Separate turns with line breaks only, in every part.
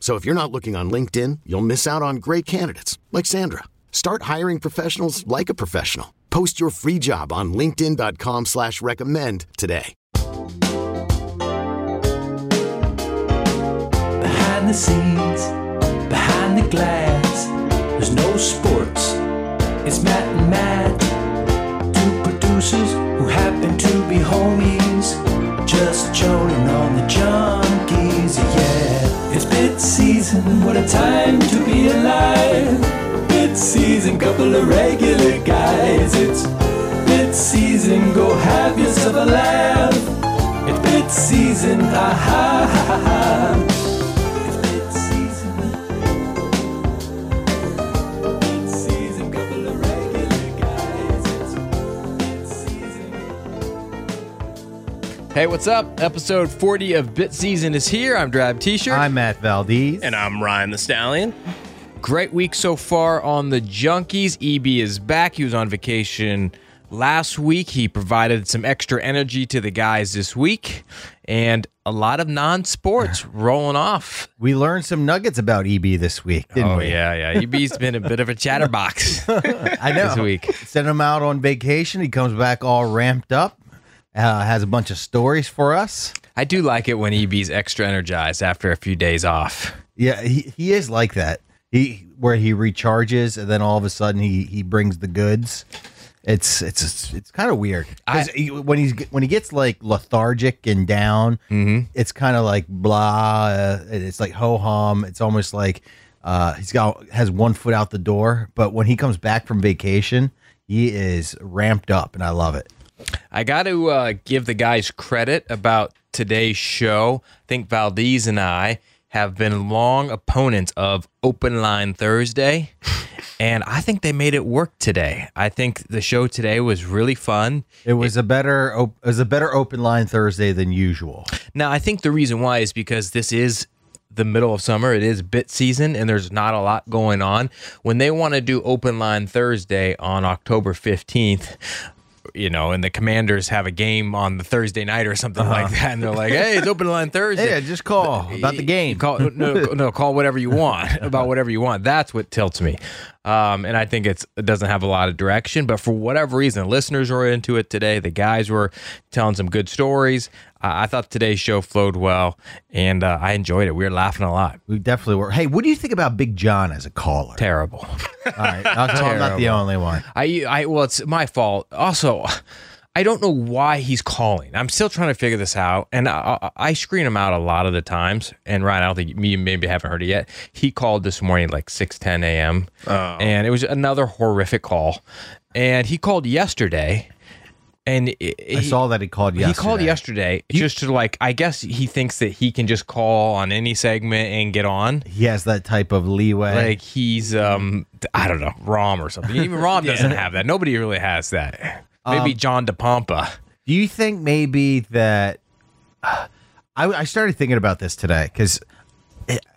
So if you're not looking on LinkedIn, you'll miss out on great candidates like Sandra. Start hiring professionals like a professional. Post your free job on linkedin.com/recommend slash recommend today.
Behind the scenes, behind the glass, there's no sports. It's Matt and Matt, two producers who happen to be homies, just joning on the junkies. Yeah, it's bit season. What a time to be alive! Bit season, couple of regular guys. It's bit season. Go have yourself a laugh. It's bit season. Ah ha ha ha. ha. It's bid season. Bid season, couple of regular guys. It's bid season.
Hey, what's up? Episode 40 of Bit Season is here. I'm Drab T-shirt.
I'm Matt Valdez.
And I'm Ryan the Stallion.
Great week so far on the Junkies. EB is back. He was on vacation last week. He provided some extra energy to the guys this week, and a lot of non-sports rolling off.
we learned some nuggets about EB this week, didn't
Oh
we?
yeah, yeah. EB's been a bit of a chatterbox
I know.
this week.
Sent him out on vacation. He comes back all ramped up, uh, has a bunch of stories for us.
I do like it when EB's extra energized after a few days off.
Yeah, he, he is like that. He where he recharges and then all of a sudden he he brings the goods. It's it's it's, it's kind of weird 'Cause he- when he's when he gets like lethargic and down,
Mm-hmm.
it's kind of like blah. Uh, and it's like ho hum. It's almost like uh, he's got has one foot out the door. But when he comes back from vacation, he is ramped up, and I love it.
I got to uh, give the guys credit about today's show. I think Valdez and I have been long opponents of Open Line Thursday, and I think they made it work today. I think the show today was really fun.
It was a better op- it was a better open line Thursday than usual.
Now, I think the reason why is because this is the middle of summer. It is bit season, and there's not a lot going on. When they want to do open line Thursday on October 15th, you know, and the commanders have a game on the Thursday night or something like that, and they're like, "Hey, it's open line Thursday."
Yeah, just call about the game.
Call no, no, call whatever you want about whatever you want. That's what tilts me, um, and I think it's it doesn't have a lot of direction. But for whatever reason, listeners were into it today. The guys were telling some good stories. Uh, I thought today's show flowed well, and uh, I enjoyed it. We were laughing a lot.
We definitely were. Hey, what do you think about Big John as a caller?
Terrible.
All right, I'll tell him I'm not the
Terrible.
only one.
I, I, well, it's my fault. Also, I don't know why he's calling. I'm still trying to figure this out, and I, I, I screen him out a lot of the times. And Ryan, I don't think you maybe haven't heard it yet. He called this morning like six ten a.m.
Oh.
and it was another horrific call. And he called yesterday, and it,
I saw that he called yesterday.
he called yesterday just to like. I guess he thinks that he can just call on any segment and get on.
He has that type of leeway.
Like he's um I don't know, Rom or something. Even Rom doesn't have that. Nobody really has that. Maybe John DePompa.
do you think maybe that? I, I started thinking about this today because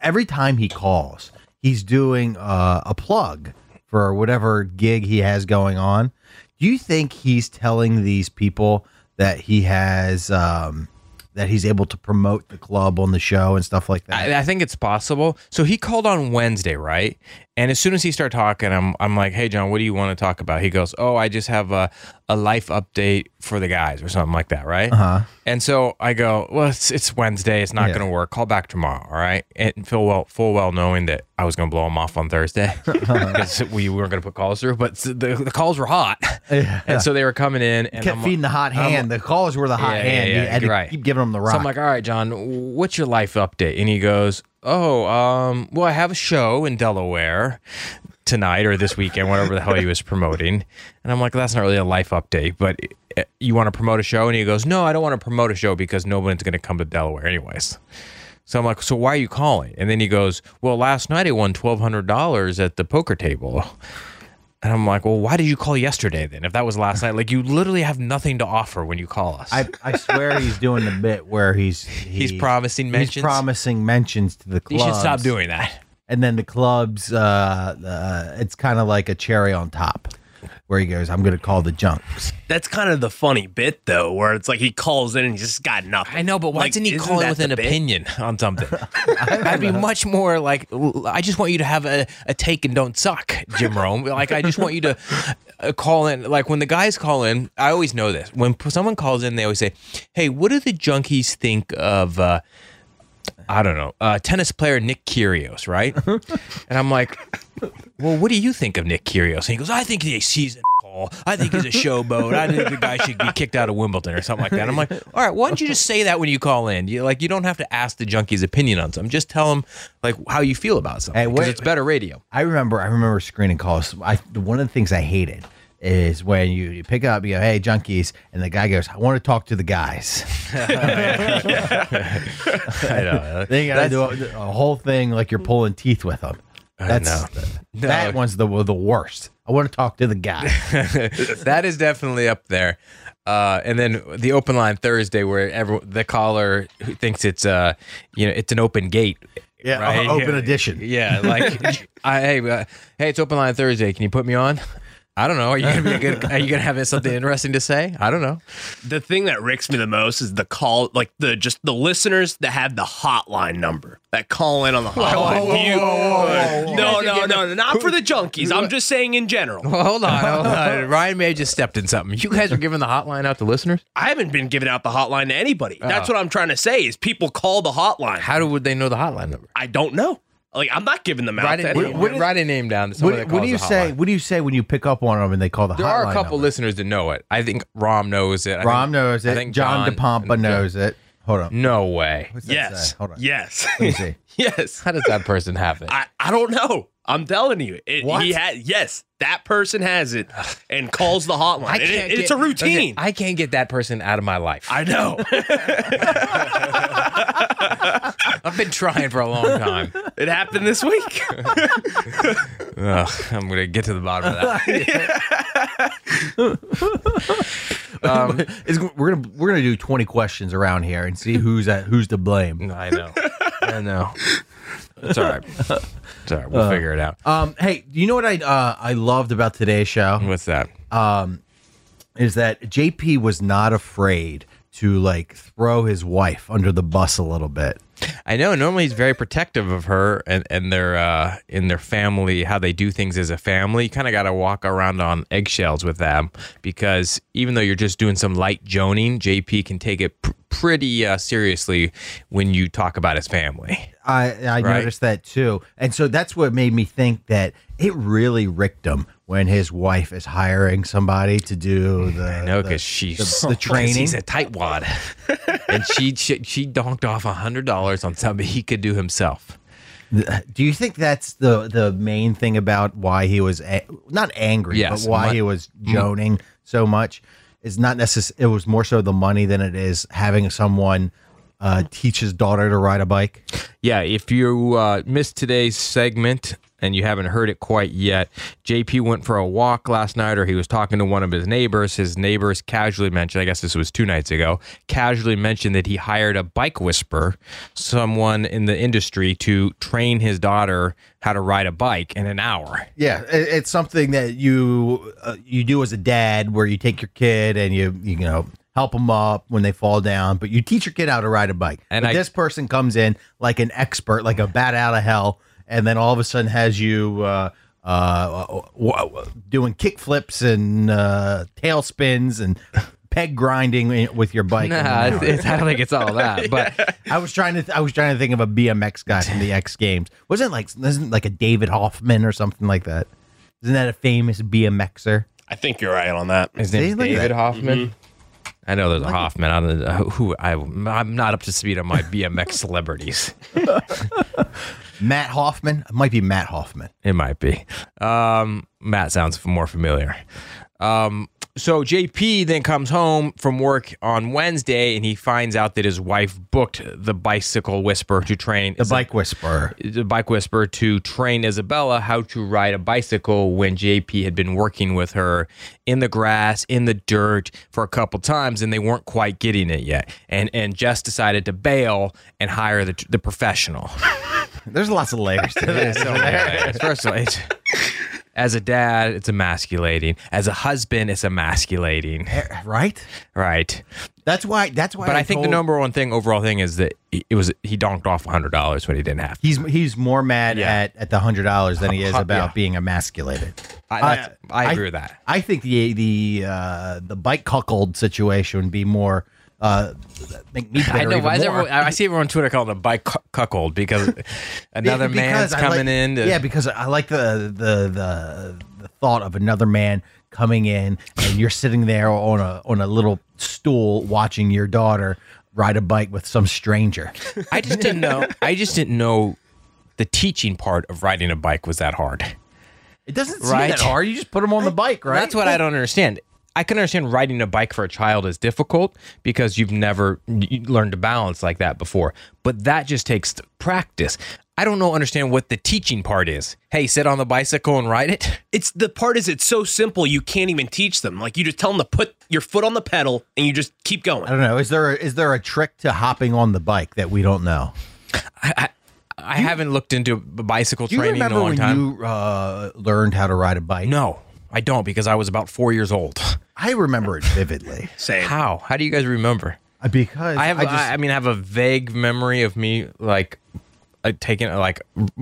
every time he calls, he's doing uh, a plug for whatever gig he has going on. Do you think he's telling these people that he has um, that he's able to promote the club on the show and stuff like that?
I, I think it's possible. So he called on Wednesday, right? And as soon as he started talking, I'm I'm like, hey John, what do you want to talk about? He goes, oh, I just have a a life update for the guys or something like that, right? Uh-huh. And so I go, well, it's it's Wednesday, it's not
Yeah.
going to work. Call back tomorrow, all right? And full well full well knowing that I was going to blow him off on Thursday
Uh-huh.
because we weren't going to put calls through, but the the calls were hot,
Yeah.
and so they were coming in and
kept
I'm-
feeding the hot hand. the callers were the hot
yeah,
hand.
yeah,
You
yeah,
had to
you're right.
keep giving them the rock.
So I'm like, all right, John, what's your life update? And he goes, oh, um, well, I have a show in Delaware tonight or this weekend, whatever the hell he was promoting. And I'm like, that's not really a life update, but eh, you want to promote a show? And he goes, no, I don't want to promote a show because no one's going to come to Delaware anyways. So I'm like, so why are you calling? And then he goes, well, last night I won $1,200 at the poker table. And I'm like, well, why did you call yesterday then? If that was last night, like you literally have nothing to offer when you call us.
I, I swear he's doing the bit where he's he-
promising mentions?
He's promising mentions to the
you
clubs.
should stop doing that.
And then the clubs, uh, uh, it's kind of like a cherry on top, where he goes, "I'm going to call the junks."
That's kind of the funny bit, though, where it's like he calls in and he's just got nothing.
I know, but why
Like,
didn't he
isn't
call in
that
with
the
an
bit?
opinion on something? I'd be much more like, "L- I just want you to have a, a take and don't suck, Jim Rome. Like, I just want you to uh, call in. Like, when the guys call in, I always know this. When p- someone calls in, they always say, Hey, what do the junkies think of, uh, I don't know, uh, tennis player Nick Kyrgios, right? and I'm like, well, what do you think of Nick Kyrgios? And he goes, I think he's, he's an a**hole. I think he's a showboat. I think the guy should be kicked out of Wimbledon or something like that. I'm like, all right, why don't you just say that when you call in? You like, you don't have to ask the junkie's opinion on something. Just tell him like how you feel about something.
Hey,
Because
wait-
it's better radio.
I remember, I remember screening calls. I one of the things I hated is when you, you pick up, you go, "Hey, junkies," and the guy goes, "I want to talk to the guys."
I know.
Then you got to do a, a whole thing like you're pulling teeth with them. That's
No.
that one's the the worst. I want to talk to the guy.
that is definitely up there. Uh, and then the open line Thursday, where every, the caller who thinks it's uh, you know it's an open gate.
Yeah,
right?
Uh, open
Yeah.
edition.
Yeah, like I, hey, uh, hey, it's open line Thursday. Can you put me on? I don't know. Are you gonna be a good, are you gonna have something interesting to say? I don't know.
The thing that ricks me the most is the call, like the just the listeners that have the hotline number that call in on the hotline. You- no, no, no, no, not for the junkies. I'm just saying in general.
Well, hold on, hold on. Ryan may have just stepped in something. You guys are giving the hotline out to listeners.
I haven't been giving out the hotline to anybody.
Ah.
That's what I'm trying to say is people call the hotline.
How do, would they know the hotline number?
I don't know. Like I'm not giving them out.
Write
to
a,
anyone.
write a- write a name down. to someone
What,
that
what
calls
do you
the
say?
hotline.
What do you say when you pick up on them and they call the
There
hotline?
are a couple
number?
listeners that know it. I think Rom knows it. I
Rom
think-
knows
I
it.
think
John, DePompa knows it. Hold on.
No way.
What's that
yes,
say? Hold on.
yes,
Let me see.
yes.
How does that person have it?
I, I don't know. I'm telling you, it,
What?
he had yes, that person has it and calls the hotline.
I
And it-
can't
it's
get-
a routine.
listen, I can't get that person out of my life.
I know.
I've been trying for a long time.
it happened this week.
Ugh, I'm gonna get to the bottom of that.
It's- we're gonna we're gonna do twenty questions around here and see who's at who's to blame.
I know. I know. Uh. It's all right. It's all right. We'll figure it out.
Um, hey, you know what I uh, I loved about today's show?
What's that?
is that JP was not afraid to like throw his wife under the bus a little bit.
I know. Normally, he's very protective of her and and their uh, in their family, how they do things as a family. You kind of got to walk around on eggshells with them because even though you're just doing some light joning, JP can take it pr- pretty uh, seriously when you talk about his family.
I I
Right.
noticed that too, and so that's what made me think that it really ricked him when his wife is hiring somebody to do the
I know
the-
because she's
the, the
'cause
training.
He's a tightwad, and she, she she donked off a hundred dollars on something he could do himself.
Do you think that's the the main thing about why he was a- not angry,
Yes, mm.
but why
mon-
he was joning so much? Is not necess- It was more so the money than it is having someone uh, teach his daughter to ride a bike.
Yeah, if you uh, missed today's segment and you haven't heard it quite yet, JP went for a walk last night, or he was talking to one of his neighbors. His neighbors casually mentioned, I guess this was two nights ago, casually mentioned that he hired a bike whisperer, someone in the industry, to train his daughter how to ride a bike in an hour.
Yeah, it, it's something that you uh, you do as a dad, where you take your kid and you you know help them up when they fall down, but you teach your kid how to ride a bike.
And
But
I-
this person comes in like an expert, like a bat out of hell, and then all of a sudden has you uh, uh, w- w- doing kick flips and uh, tail spins and peg grinding in- with your bike.
Nah, it's, it's, I don't think it's all that. But
I was trying to I was trying to think of a BMX guy from the X Games. Wasn't like isn't like a David Hoffman or something like that? Isn't that a famous BMXer?
I think you're right on that.
his name's
See, look at
David
that. Mm-hmm.
Hoffman. I know there's a Hoffman. I don't know who I, I'm not up to speed on my BMX celebrities.
Matt Hoffman? It might be Matt Hoffman.
It might be. Um, Matt sounds more familiar. Um, so JP then comes home from work on Wednesday and he finds out that his wife booked the bicycle whisperer to train
The bike whisperer.
the bike whisperer to train Isabella how to ride a bicycle when JP had been working with her in the grass, in the dirt for a couple times and they weren't quite getting it yet. And and Jess decided to bail and hire the the professional.
There's lots of layers to this.
So many layers. First of all, it's, as a dad, it's emasculating. As a husband, it's emasculating.
right?
Right.
That's why that's why
But I think the
told-
number one thing, overall thing, is that he- it was he donked off hundred dollars when he didn't have. To.
He's he's more mad
Yeah.
at, at the hundred dollars than he is
Huh,
about
yeah.
being emasculated.
I, that's- I agree with that.
Uh, I think the the uh, the bike cuckold situation would be more uh, make me better
I know.
even
Why is
more.
everyone, I I see everyone on Twitter calling it a bike cu- cuckold because
Be-
another man's
I
coming
like-
in. To,
yeah, because I like the the the the thought of another man coming in and you're sitting there on a on a little stool watching your daughter ride a bike with some stranger.
I just didn't know. I just didn't know the teaching part of riding a bike was that hard.
It doesn't seem
Right.
that hard. You just put them on the bike, right?
That's what I don't understand. I can understand riding a bike for a child is difficult because you've never you learned to balance like that before. But that just takes practice. I don't know understand what the teaching part is. Hey, sit on the bicycle and ride it.
It's the part is it's so simple you can't even teach them. Like you just tell them to put your foot on the pedal and you just keep
I
going.
don't know. Is there a, is there a trick to hopping on the bike that we don't know?
I haven't looked into bicycle
Do you
training in a
remember
long
when
time.
you uh, learned how to ride a bike?
no, I don't because I was about four years old.
I remember it vividly
Same.
How? How do you guys remember?
because
I have. I,
just,
I mean, I have a vague memory of me like uh, taking like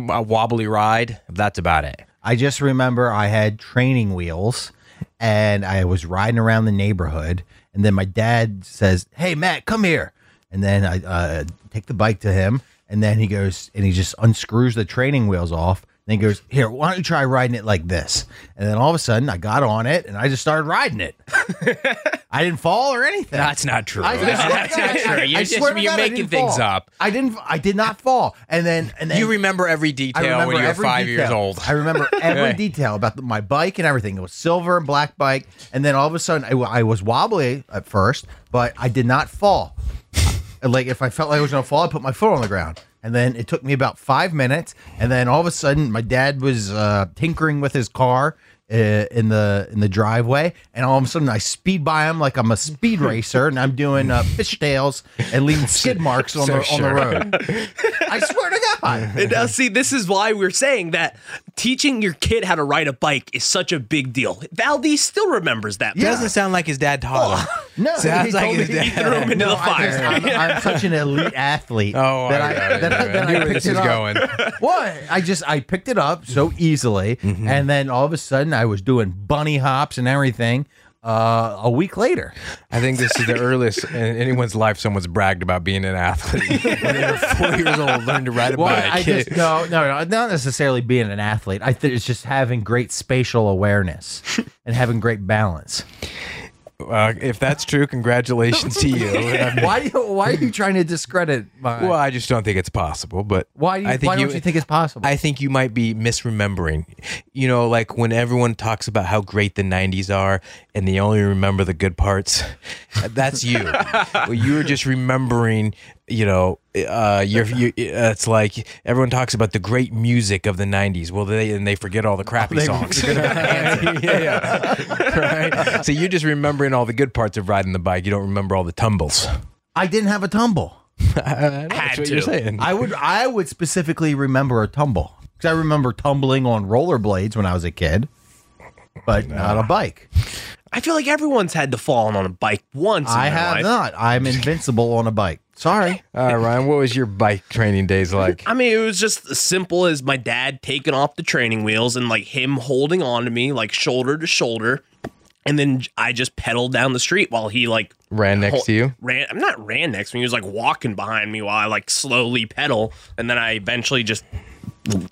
a wobbly ride. That's about it.
I just remember I had training wheels and I was riding around the neighborhood. And then my dad says, Hey, Matt, come here. And then I uh, take the bike to him. And then he goes and he just unscrews the training wheels off. And he goes, Here, why don't you try riding it like this? And then all of a sudden I got on it and I just started riding it. I didn't fall or anything.
That's not true.
I- I swear to
That's
God,
not true.
I-
You're
I
just-
swear to
you're
God, I
making
didn't
things
fall.
up.
I didn't. I did not fall. And then, and then
you remember every
I
detail
remember
when you're
every
five
detail.
years old.
I remember every
Yeah.
detail about the, my bike and everything. It was silver and black bike, and then all of a sudden, I, w- I was wobbly at first, but I did not fall. And, like if I felt like I was gonna fall, I put my foot on the ground, and then it took me about five minutes, and then all of a sudden, my dad was uh, tinkering with his car. Uh, in the in the driveway, and all of a sudden I speed by him like I'm a speed racer, and I'm doing uh, fishtails and leaving skid marks on
So
the
sure.
on the road. I swear to God,
And now, see, this is why we're saying that teaching your kid how to ride a bike is such a big deal. Valdez still remembers that.
Yeah.
Doesn't sound like his dad taught him.
No,
sounds
he
like
told
his
me-
dad.
he
threw him into the
I
fire.
am such an elite athlete.
Oh,
that
I, got it.
that I- that
I knew
I
where this
picked it
was
up.
going.
What? I just I picked it up so easily,
Mm-hmm.
and then all of a sudden I was doing bunny hops and everything. Uh, a week later,
I think this is the earliest in anyone's life someone's bragged about being an athlete. when they were four years old, learned to ride a
well,
bike.
I just no, no, no, not necessarily being an athlete. I think it's just having great spatial awareness and having great balance.
Uh, if that's true, congratulations to you. And I'm-
Why? Do you, why are you trying to discredit my?
well, I just don't think it's possible. But
why do you?
I think
why don't you think it's possible?
I think you might be misremembering. You know, like when everyone talks about how great the 90s are and they only remember the good parts, that's you. You're just remembering, you know, uh, you're, you, uh, it's like everyone talks about the great music of the 90s. Well, they and they forget all the crappy songs. yeah, yeah. Right? So you're just remembering all the good parts of riding the bike. You don't remember all the tumbles.
I didn't have a tumble.
That's
Had
what you're
to.
saying.
I would I would specifically remember a tumble because I remember tumbling on rollerblades when I was a kid, but not a bike.
I feel like everyone's had to fall on a bike once. in
I
their
have
life.
not. I'm invincible on a bike. Sorry.
All right, Ryan, what was your bike training days like?
I mean, it was just as simple as my dad taking off the training wheels and like him holding on to me, like shoulder to shoulder. And then I just pedaled down the street while he like
Ran next to you?
Ran, I'm not ran next to me. He was like walking behind me while I like slowly pedal. And then I eventually just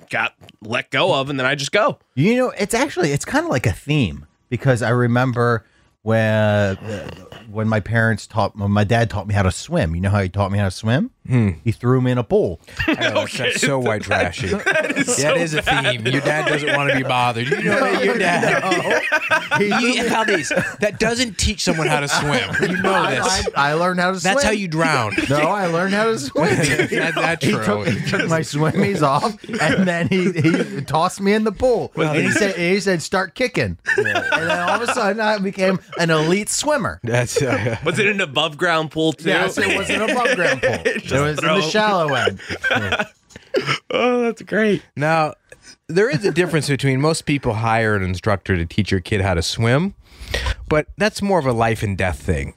got let go of, and then I just go.
You know, it's actually it's kind of like a theme because I remember when when my parents taught when my dad taught me how to swim. You know how he taught me how to swim?
Hmm.
He threw me in a pool.
That's so white trashy. That is, a theme. Your dad doesn't want to be bothered. You know that your dad.
He threw
You-
me-
how these- that doesn't teach someone how to swim. You know
I,
this.
I, I learned how to swim.
That's how you drown.
No, I learned how to swim.
That- that's
he,
true.
took, he took my swimmies off, and then he, he tossed me in the pool. and he said, he said, start kicking. And then all of a sudden, I became an elite swimmer.
That's uh,
Was it an above ground pool too?
Yes, it was an above ground pool. It was in
throw
the
'em.
shallow end.
oh, that's great.
now. There is a difference between most people hire an instructor to teach your kid how to swim, but that's more of a life and death thing.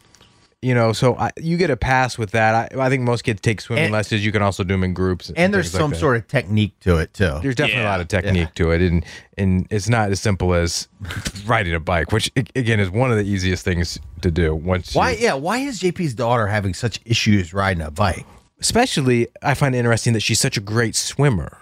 You know, so I, you get a pass with that. I, I think most kids take swimming
And-
lessons. You can also do them in groups.
And there's
things like
some
that.
sort of technique to it too.
There's definitely a
Yeah.
lot of technique to it, and and it's not as simple as riding a bike, which a- again is one of the easiest things to do. Once you-
Why? Yeah. Why is JP's daughter having such issues riding a bike?
especially I find it interesting that she's such a great swimmer,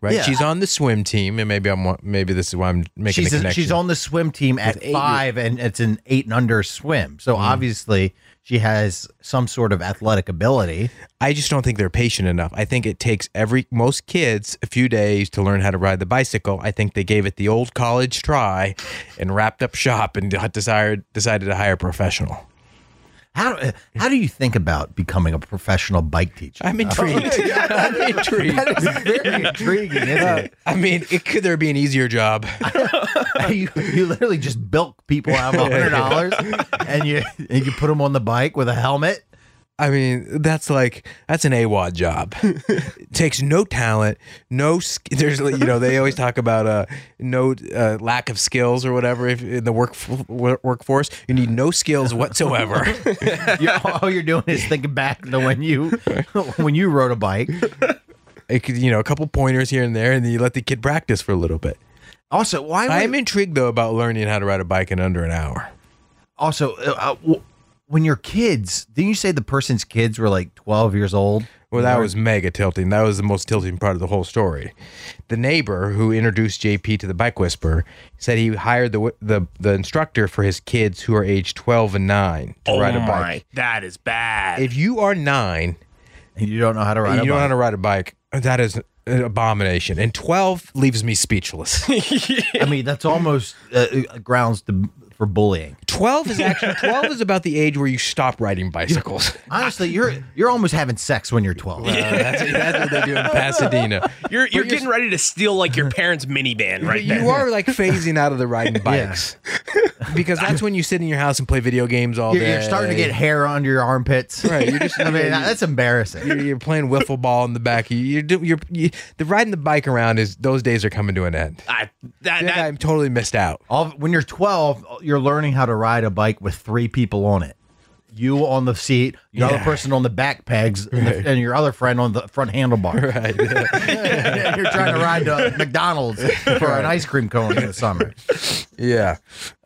right?
Yeah.
She's on the swim team, and maybe I'm wa- maybe this is why I'm making
She's
the
a,
connection.
she's on the swim team at five, and it's an eight and under swim.
Mm.
So obviously she has some sort of athletic ability.
I just don't think they're patient enough. I think it takes every most kids a few days to learn how to ride the bicycle. I think they gave it the old college try, and wrapped up shop and de- desired decided to hire a professional.
How do- how do you think about becoming a professional bike teacher?
I'm intrigued. I'm intrigued.
That is very intriguing, isn't
I mean, it, could there be an easier job?
it? You, you literally just bilk people out of hundred dollars, and you and you put them on the bike with a helmet.
I mean, that's like that's an AWOD job. It takes no talent, no. sk- There's like, you know they always talk about uh no uh, lack of skills or whatever if, in the work wor- workforce. You need no skills whatsoever.
You, all you're doing is thinking back to when you when you rode a bike.
it could, you know, a couple pointers here and there, and then you let the kid practice for a little bit.
Also, why would,
I am intrigued though about learning how to ride a bike in under an hour.
also uh, uh, w- when your kids didn't you say the person's kids were like 12 years old
Well, that was mega tilting. That was the most tilting part of the whole story. The neighbor who introduced JP to the Bike Whisperer said he hired the the, the instructor for his kids who are age 12 and 9 to
Oh
ride a
my,
bike.
that is bad.
If you are 9
and you don't know how to ride
and you don't
a
know how
bike.
to ride a bike, that is an abomination. And 12 leaves me speechless.
i mean that's almost uh, uh, grounds to, for bullying
12 is actually 12 is about the age where you stop riding bicycles.
honestly you're you're almost having sex when you're 12
Uh, that's, that's what they do in Pasadena.
you're you're getting ready to steal like your parents' minivan right
you
then.
are like phasing out of the riding bikes because that's when you sit in your house and play video games all
you're,
day.
you're starting to get hair under your armpits
Right, you're just-
i mean that- that's embarrassing
You're, you're playing wiffle ball in the back. You- You're do- you're you, the riding the bike around is those days are coming to an end.
I, that,
I think I'm
that,
totally missed out.
All, when you're 12 you're learning how to ride a bike with three people on it you on the seat, the other
Yeah.
person on the back pegs, and, the- and your other friend on the front handlebar.
Right. Yeah.
And you're trying to ride to McDonald's for an ice cream cone in the summer.
yeah.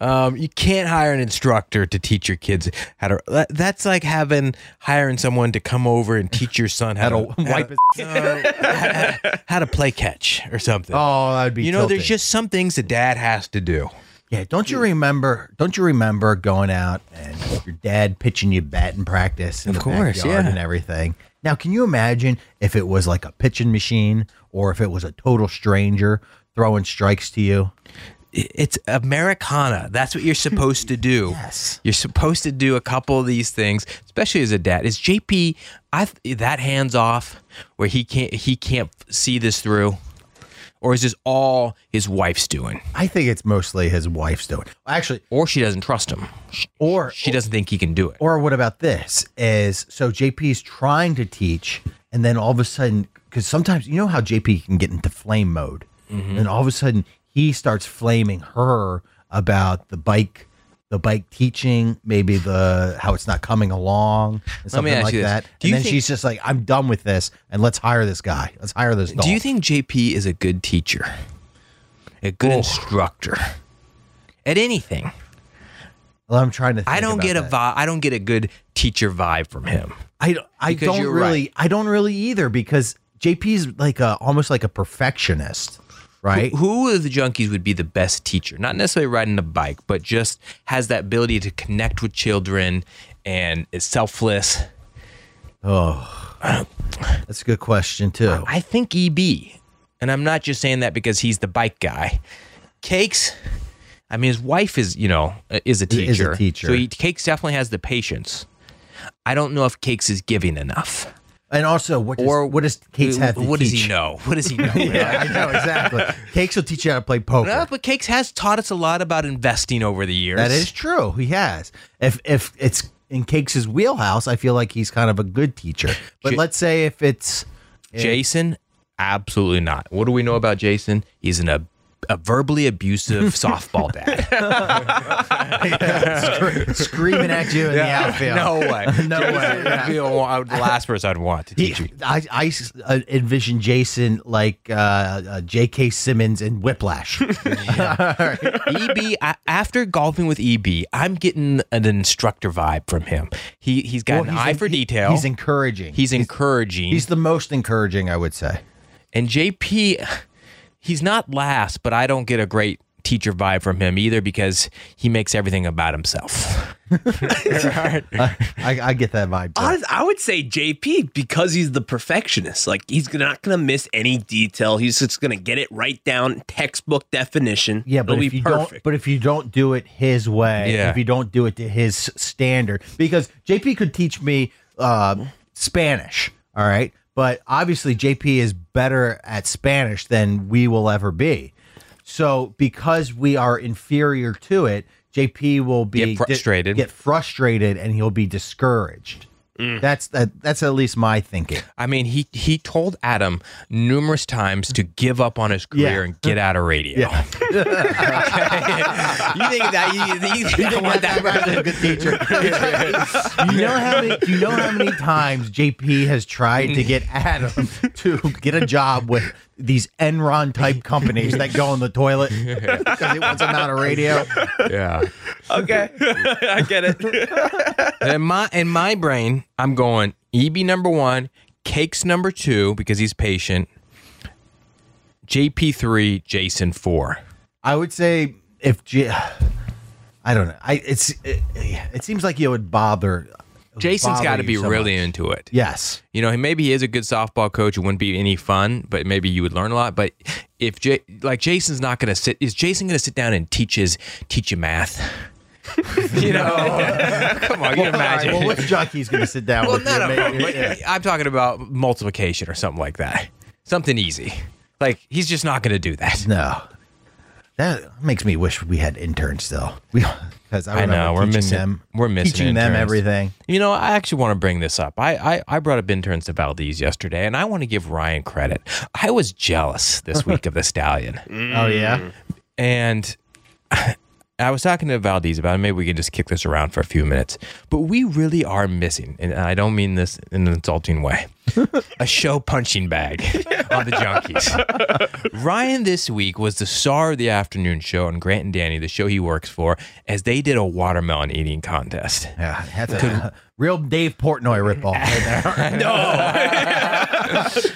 Um, you can't hire an instructor to teach your kids how to. That, that's like having hiring someone to come over and teach your son how,
At a
to how
wipe.
to-
his-
how, how to play catch or something.
Oh, that'd be.
you know, there's
tilting.
just some things a dad has to do.
yeah. Don't you remember? Don't you remember going out and your dad pitching you batting practice? In
Of
the
course,
backyard
yeah.
and everything. Now, can you imagine if it was like a pitching machine, or if it was a total stranger throwing strikes to you?
it's Americana. That's what you're supposed to do.
Hmm. Yes.
You're supposed to do a couple of these things, especially as a dad. Is JP I th- that hands off where he can't he can't see this through? Or is this all his wife's doing?
I think it's mostly his wife's doing. Actually,
Or she doesn't trust him. She,
or
she doesn't think he can do it.
Or what about this? Is so JP is trying to teach, and then all of a sudden, because sometimes you know how JP can get into flame
Mm-hmm.
mode, and all of a sudden he starts flaming her about the bike, the bike teaching, maybe the how it's not coming along, and
Let me
something
ask
like
you this.
that.
Do
and
you
then
think-
she's just like, I'm done with this, and let's hire this guy. Let's hire this dog.
Do you think JP is a good teacher? A good
Oh.
instructor at anything?
Well, I'm trying to. Think
I don't
about
get a
that.
vibe. I don't get a good teacher vibe from him.
I don't- I
Because
don't
you're
really
right.
I don't really either because JP's like a almost like a perfectionist, right?
Who of the junkies would be the best teacher? Not necessarily riding the bike, but just has that ability to connect with children and is selfless.
That's a good question too.
I think EB, and I'm not just saying that because he's the bike guy. Cakes, I mean, his wife is, you know, uh, is a
Is a
teacher.
teacher.
So he, Cakes definitely has the patience. I don't know if Cakes is giving enough.
And also, what does,
Or
what does Cakes have to
what
teach?
does he know? What does he know?
Yeah, I know exactly. Cakes will teach you how to play poker.
No, but Cakes has taught us a lot about investing over the years.
That is true. He has. If if it's in Cakes' wheelhouse, I feel like he's kind of a good teacher. But
J-
let's say if it's
Jason, absolutely not. What do we know about Jason? He's an ab- a verbally abusive softball dad.
scre- screaming at you in the outfield,
no way.
no way.
I'd be the one- I would be the last person I'd want to
He,
teach you.
I, I s- uh, envision Jason like uh, uh, J.K. Simmons in Whiplash.
EB E I, after golfing with EB, I'm getting an instructor vibe from him. He he's got
Well,
an
he's
eye
en-
for
he-
detail.
He's encouraging.
He's encouraging.
he's the most encouraging, I would say.
and JP, he's not last, but I don't get a great teacher vibe from him either because he makes everything about himself.
I, I get that vibe. too.
Honest, I would say JP because he's the perfectionist. Like he's not gonna miss any detail. He's just gonna get it right down, textbook definition.
Yeah, but
It'll
if
be
you don't,
perfect.
but if you don't do it his way,
Yeah.
if you don't do it to his standard, because JP could teach me um Spanish, all right, but obviously JP is better at Spanish than we will ever be. So because we are inferior to it, JP will be
Get frustrated.
get frustrated, and he'll be discouraged. That's that. That's at least my thinking.
I mean, he he told Adam numerous times to give up on his career
Yeah.
and get out of radio.
Yeah.
you think that you, you, you don't want that
good teacher. you know how many? You know how many times JP has tried to get Adam to get a job with these Enron type companies that go in the toilet because he wants them out of radio.
Yeah.
okay, I get it.
in my in my brain, I'm going EB number one, Cakes number two because he's patient. JP three, Jason four.
I would say if J, I don't know. I it's it, it seems like it would bother. it would
Jason's
bother
got to
you
be
so
really
much.
into it.
Yes.
You know, maybe he is a good softball coach. It wouldn't be any fun, but maybe you would learn a lot. But if J, like Jason's not going to sit, is Jason going to sit down and teach his teach you math? you know, come on, you can
All right,
imagine.
well, which jockey's going to sit down
Well,
with you?
none of them.
Maybe-
But
yeah.
I'm talking about multiplication or something like that. Something easy. Like he's just not going to do that.
No. That makes me wish we had interns still. We because I,
I
remember
know, we're
teaching
missing-
them.
we're missing
teaching them
interns.
everything.
You know, I actually want to bring this up. I, I, I brought up interns to Valdez yesterday, and I want to give Ryan credit. I was jealous this week of the stallion,
Oh yeah,
and I was talking to Valdez about it. Maybe we can just kick this around for a few minutes. But we really are missing, and I don't mean this in an insulting way, a show punching bag on the junkies. Ryan this week was the star of the afternoon show on Grant and Danny, the show he works for, as they did a watermelon eating contest.
yeah. That's a real Dave Portnoy ripoff. Right there.
Oh,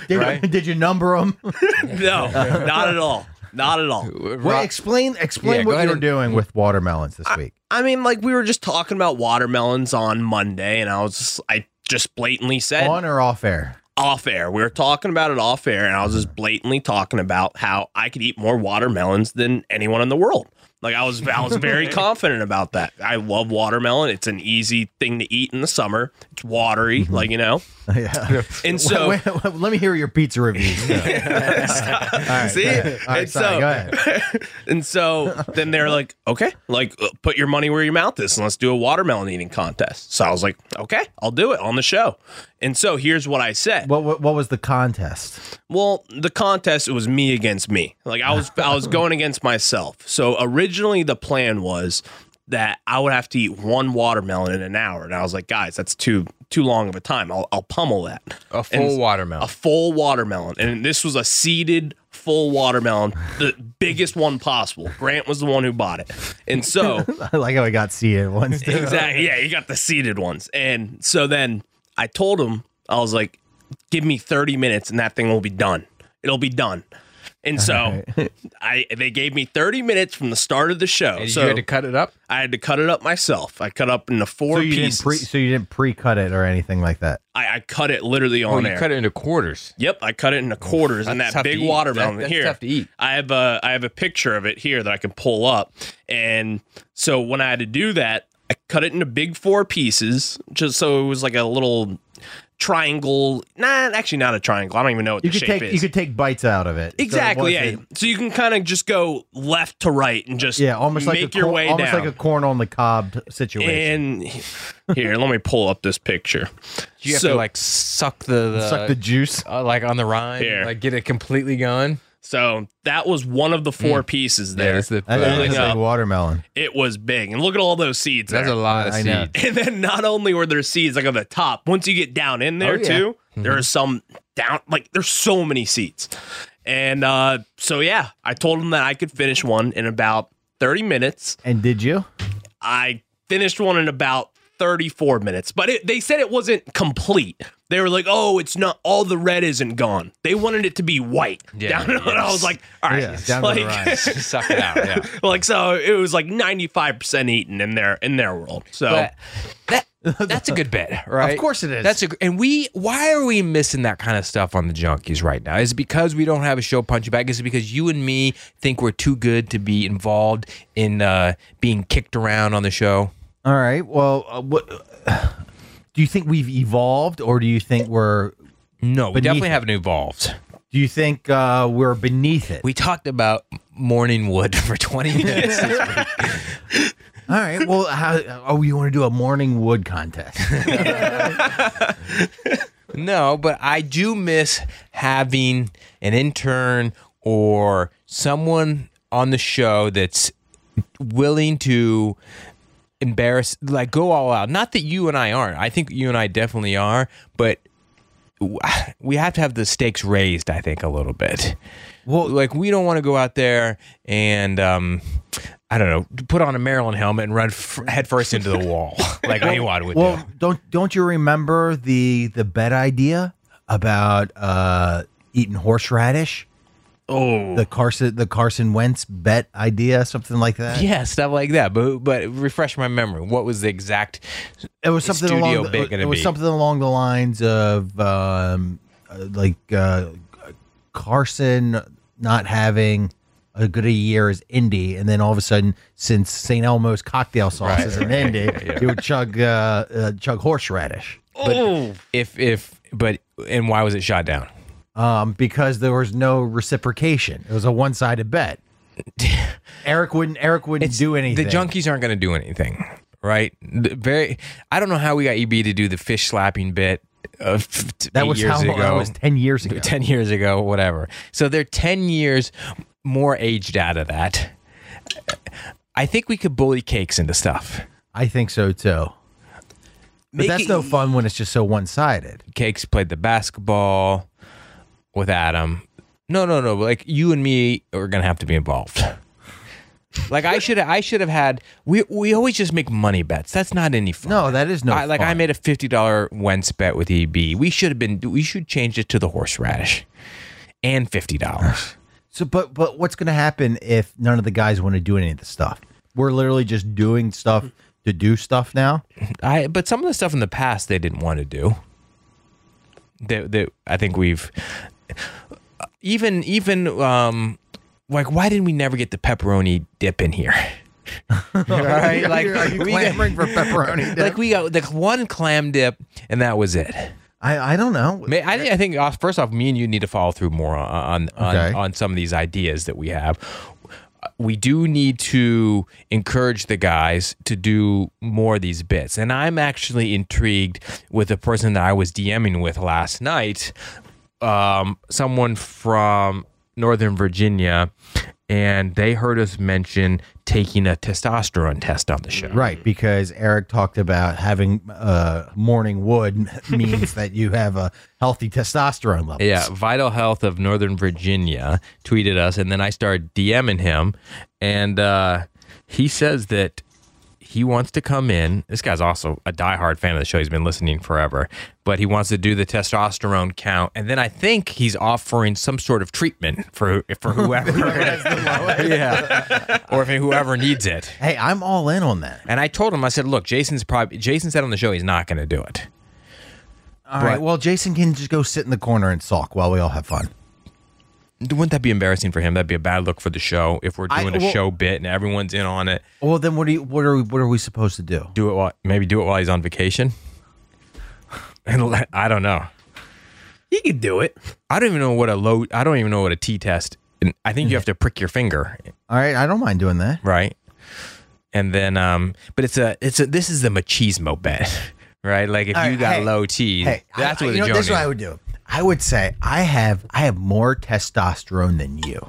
did,
Right?
did you number them?
No, not at all. Not at all.
Well, explain
Yeah,
explain
go
what
ahead
you were
and-
doing with watermelons this week.
I mean, like we were just talking about watermelons on Monday, and I was just, I just blatantly said
On or off air?
off air. We were talking about it off air, and I was just blatantly talking about how I could eat more watermelons than anyone in the world. Like I was, I was very confident about that. I love watermelon. It's an easy thing to eat in the summer. It's watery,
Mm-hmm.
like you know.
yeah.
And so,
Wait, wait, let me hear your pizza reviews.
see,
All right, sorry,
And so-
go ahead.
And so then they're like, okay, like uh, put your money where your mouth is and let's do a watermelon eating contest. So I was like, okay, I'll do it on the show. And so here's what I said.
What, what what was the contest?
Well, the contest it was me against me. Like I was I was going against myself. So originally the plan was that I would have to eat one watermelon in an hour. And I was like, guys, that's too too long of a time. I'll, I'll pummel that.
A full
And-
watermelon.
A full watermelon. And this was a seeded full watermelon, the biggest one possible. Grant was the one who bought it. And so
I like how I got C at once. too.
exactly. Yeah, you got the seeded ones. And so then I told him, I was like, give me 30 minutes and that thing will be done. It'll be done. And so I they gave me 30 minutes from the start of the show.
And
so
you had to cut it up.
I had to cut it up myself. I cut up into four
So you
pieces.
didn't pre so you didn't pre cut it or anything like that.
I, I cut it literally
Oh,
on
you
air.
cut it into quarters.
Yep, I cut it into quarters, and
That's
that
tough to
big
eat.
watermelon
That- that's
here.
tough to eat.
I have a I have a picture of it here that I can pull up, and so when I had to do that, I cut it into big four pieces, just so it was like a little triangle. Nah, actually not a triangle. I don't even know what
You
the
could
shape
take
is.
you could take bites out of it. So it
exactly. yeah.
wasn't-
so you can kind of just go left to right and just
yeah, almost like
make
a
your
cor-
way
almost
down.
like a corn on the cob situation.
and here, let me pull up this picture.
You have
so,
to like suck the, the
Suck the juice.
uh, like on the rind,
Here.
like get it completely gone.
so that was one of the four
Hmm.
pieces there.
that's the-
That
Pulling
is a
up.
big watermelon.
It was big. And look at all those seeds.
That's
there.
a lot of
I
seed.
know.
And then not only were there seeds like on the top, once you get down in there
Oh, yeah.
too, there are some down like there's so many seeds. And uh so yeah, I told him that I could finish one in about 30 minutes.
And did you?
I finished one in about 34 minutes, but it, they said it wasn't complete. They were like, "Oh, it's not all the red isn't gone." They wanted it to be white.
Yeah,
down, and I
yes.
was like, "All right,
Yeah, down to the
like-
rind.
Suck it out. Yeah.
like so it was like 95% eaten in their in their world so
But that that's a good bet, right?
Of course it is.
That's a and we why are we missing that kind of stuff on the junkies right now? Is it because we don't have a show punch you back? Is it because you and me think we're too good to be involved in uh, being kicked around on the show?
All right. Well, uh, what do you think we've evolved, or do you think we're
No, we
Beneath
definitely
it.
haven't evolved.
do you think uh, we're beneath it?
We talked about morning wood for 20 minutes.
All right. Well, how, oh, you want to do a morning wood contest?
No, but I do miss having an intern or someone on the show that's willing to embarrass, like go all out. Not that you and I aren't. I think you and I definitely are, but w- we have to have the stakes raised, I think, a little bit.
Well,
Like, we don't want to go out there and, um, I don't know, put on a Maryland helmet and run f- headfirst into the wall like Awad would do.
well, don't don't you remember the the bet idea about uh, eating horseradish?
oh
The Carson the Carson Wentz bet idea, something like that.
Yeah, stuff like that. But but refresh my memory. What was the exact?
it was something
studio
along the,
big
it
gonna
was
be?
something along the lines of um, uh, like uh, Carson not having a good a year as Indy, and then all of a sudden, since St. Elmo's cocktail sauce is in Indy, you would chug uh, uh, chug horseradish
oh
If if but and why was it shot down?
um, because there was no reciprocation. It was a one sided bet. Eric wouldn't. Eric wouldn't do anything.
The junkies aren't going to do anything, right? The very. I don't know how we got EB to do the fish slapping bit. Of t-
that
eight
was
years
how
ago.
that was ten years ago.
10 years ago, whatever. So they're 10 years more aged out of that. I think we could bully cakes into stuff.
I think so too. But
Make
that's
it-
E-
no fun when it's just so one sided.
Cakes played the basketball with Adam. No, no, no. Like you and me are gonna have to be involved. Like I should, I should have had. We we always just make money bets. That's not any fun.
No, that is no
I, like I
fun.
made a fifty dollar Wentz bet with EB. We should have been. We should change it to the horseradish, and fifty dollars.
So, but but what's going to happen if none of the guys want to do any of this stuff? We're literally just doing stuff to do stuff now.
I but some of the stuff in the past they didn't want to do. That that I think we've even even um like why didn't we never get the pepperoni dip in here? right,
Are
like
you- are you
we
clamoring for pepperoni? dip?
Like we got the one clam dip and that was it.
I I don't know.
May- I, think- I think uh, first off, me and you need to follow through more on on,
Okay.
on on some of these ideas that we have. We do need to encourage the guys to do more of these bits, and I'm actually intrigued with the person that I was DMing with last night. Um, someone from Northern Virginia, and they heard us mention taking a testosterone test on the show.
Right, because Eric talked about having uh, morning wood means that you have a healthy testosterone level.
Yeah, Vital Health of Northern Virginia tweeted us, and then I started DMing him, and uh, he says that he wants to come in. This guy's also a diehard fan of the show. He's been listening forever, but he wants to do the testosterone count, and then I think he's offering some sort of treatment for for whoever, yeah, or if whoever needs it.
Hey, I'm all in on that.
And I told him, I said, look, Jason's probably Jason said on the show he's not going to do it.
All right. Well, Jason can just go sit in the corner and sulk while we all have fun.
Wouldn't that be embarrassing for him? That'd be a bad look for the show if we're
I-
doing a
well-
show bit and everyone's in on it.
Well, then what do you, what are we, what are we supposed to do?
Do it while maybe do it while he's on vacation. And let- I don't know.
You could do it.
I don't even know what a low. I don't even know what a T test. And I think
Mm.
you have to prick your finger,
All right, I don't mind doing that.
right? And then, um, but it's a it's a this is the machismo bet, right? Like if
All
you
right,
got
hey,
low T,
Hey,
that's
I,
what
you know,
the
this
joke
is what I
is.
would do. I would say I have I have more testosterone than you.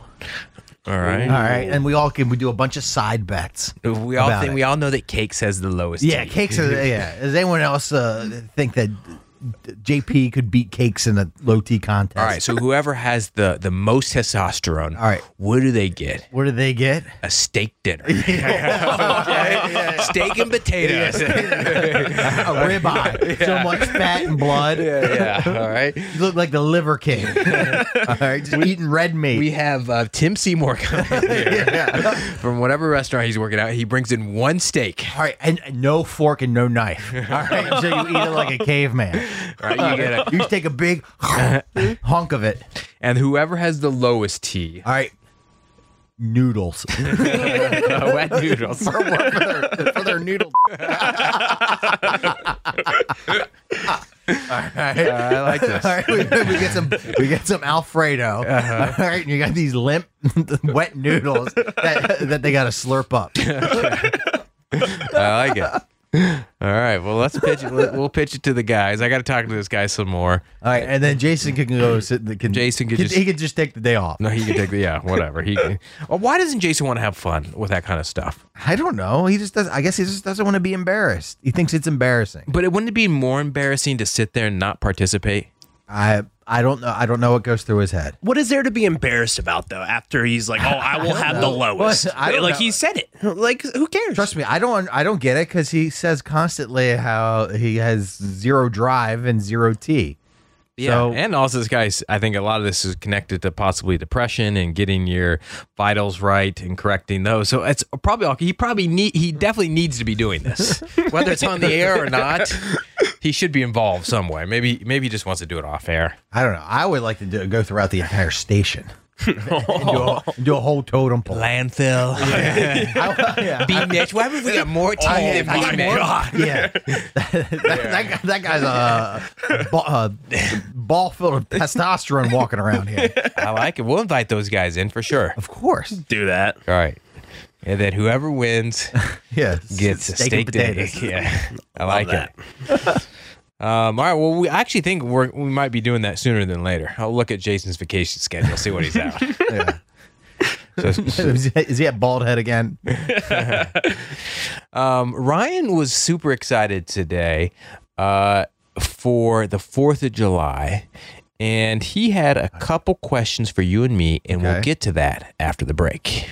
All right.
All right, and we all can we do a bunch of side bets.
We all
about
think
it.
we all know that cake says the lowest.
Yeah,
T.
cakes. Are, yeah. Does anyone else uh, think that JP could beat cakes in a low T contest?
All right, so whoever has the the most testosterone,
All right.
what do they get?
What do they get?
A steak dinner, Okay? steak and potatoes.
A ribeye. So much fat and blood.
yeah, all right.
You look like the liver king. all right, just eating red meat.
We have uh, Tim Seymour coming here from whatever restaurant he's working at. He brings in one steak.
all right, and and no fork and no knife. All right, so you eat it like a caveman.
All right, you get it.
You just take a big hunk of it.
And whoever has the lowest T,
All right, noodles.
wet noodles.
for, their, for their noodle. All right.
I like this.
All right, we, we get some we get some Alfredo.
Uh-huh.
All right, and you got these limp, wet noodles that, that they got to slurp up.
I like it. All right, well let's pitch it. We'll we'll pitch it to the guys. I got to talk to this guy some more.
All right, and then Jason can go. Sit, can,
Jason could
can-
just-
he could just take the day off.
No, he can take the yeah, whatever. He can. Well, why doesn't Jason want to have fun with that kind of stuff?
I don't know. He just does. I guess he just doesn't want to be embarrassed. He thinks it's embarrassing.
But it wouldn't it be more embarrassing to sit there and not participate?
I I don't know. I don't know what goes through his head.
What is there to be embarrassed about though? After he's like, "Oh, I will have the lowest."
I don't
like
know.
he said it. Like who cares?
Trust me, I don't. I don't get it because he says constantly how he has zero drive and zero T. So-
and also this guy's. I think a lot of this is connected to possibly depression and getting your vitals right and correcting those. So it's probably all. He probably need. He definitely needs to be doing this, whether it's on the air or not. He should be involved some way. Maybe maybe he just wants to do it off air.
I don't know. I would like to do, go throughout the entire station. And do, a, do a whole totem pole.
Landfill.
I- yeah.
B Mitch. Why would we got more
Oh
teeth
I-
than
I-
B Mitch?
Yeah. that, that guy- that guy's a, ba- a ball filled with testosterone walking around here.
I like it. We'll invite those guys in for sure.
Of course.
Do that.
All right. And then whoever wins
Yeah.
gets a
steak
steak,
and
dinner.
potatoes.
Yeah, I like it. um, all right. Well, we I actually think we're, we might be doing that sooner than later. I'll look at Jason's vacation schedule, see what he's out.
Yeah.
So- so,
Is he- is he at bald head again?
um, Ryan was super excited today uh, for the Fourth of July, and he had a couple questions for you and me, and we'll
Okay.
get to that after the break.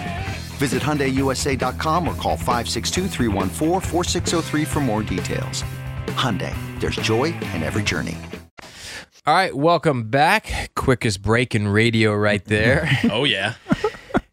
Visit HyundaiUSA.com or call 562-314-4603 for more details. Hyundai, there's joy in every journey.
All right, welcome back. Quickest break in radio right there.
Oh yeah.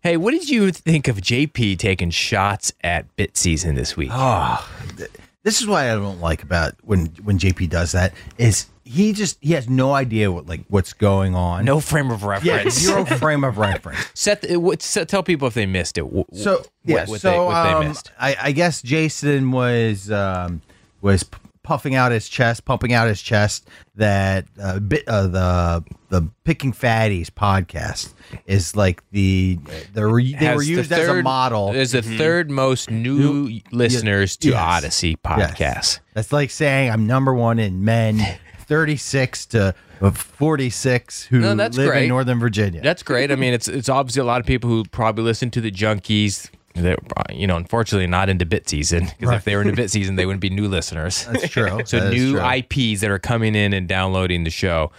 hey, what did you think of JP taking shots at Bit Season this week?
Oh, th- this is why I don't like about when when JP does that is he just he has no idea what like what's going on.
no frame of
yeah,
reference.
zero frame of reference.
Set the, what, set, tell people if they missed it. wh- wh-
So
what-
yeah,
what
so
they, what they
um,
missed.
I, I guess Jason was um, was p- puffing out his chest, pumping out his chest that uh, bit uh, the the picking fatties podcast is like the the re- they
Has
were
the
used as a
third-
model.
Is the third most new listeners to
yes.
Odyssey
Yes.
podcast.
That's like saying I'm number one in men, thirty six to forty six who
No, that's
live
great.
in Northern Virginia.
That's great. I mean, it's it's obviously a lot of people who probably listen to the junkies. They're uh, you know unfortunately not into bit season because if they were into bit season, they wouldn't be new listeners.
That's true.
so
That is
new
true.
IPs that are coming in and downloading the show.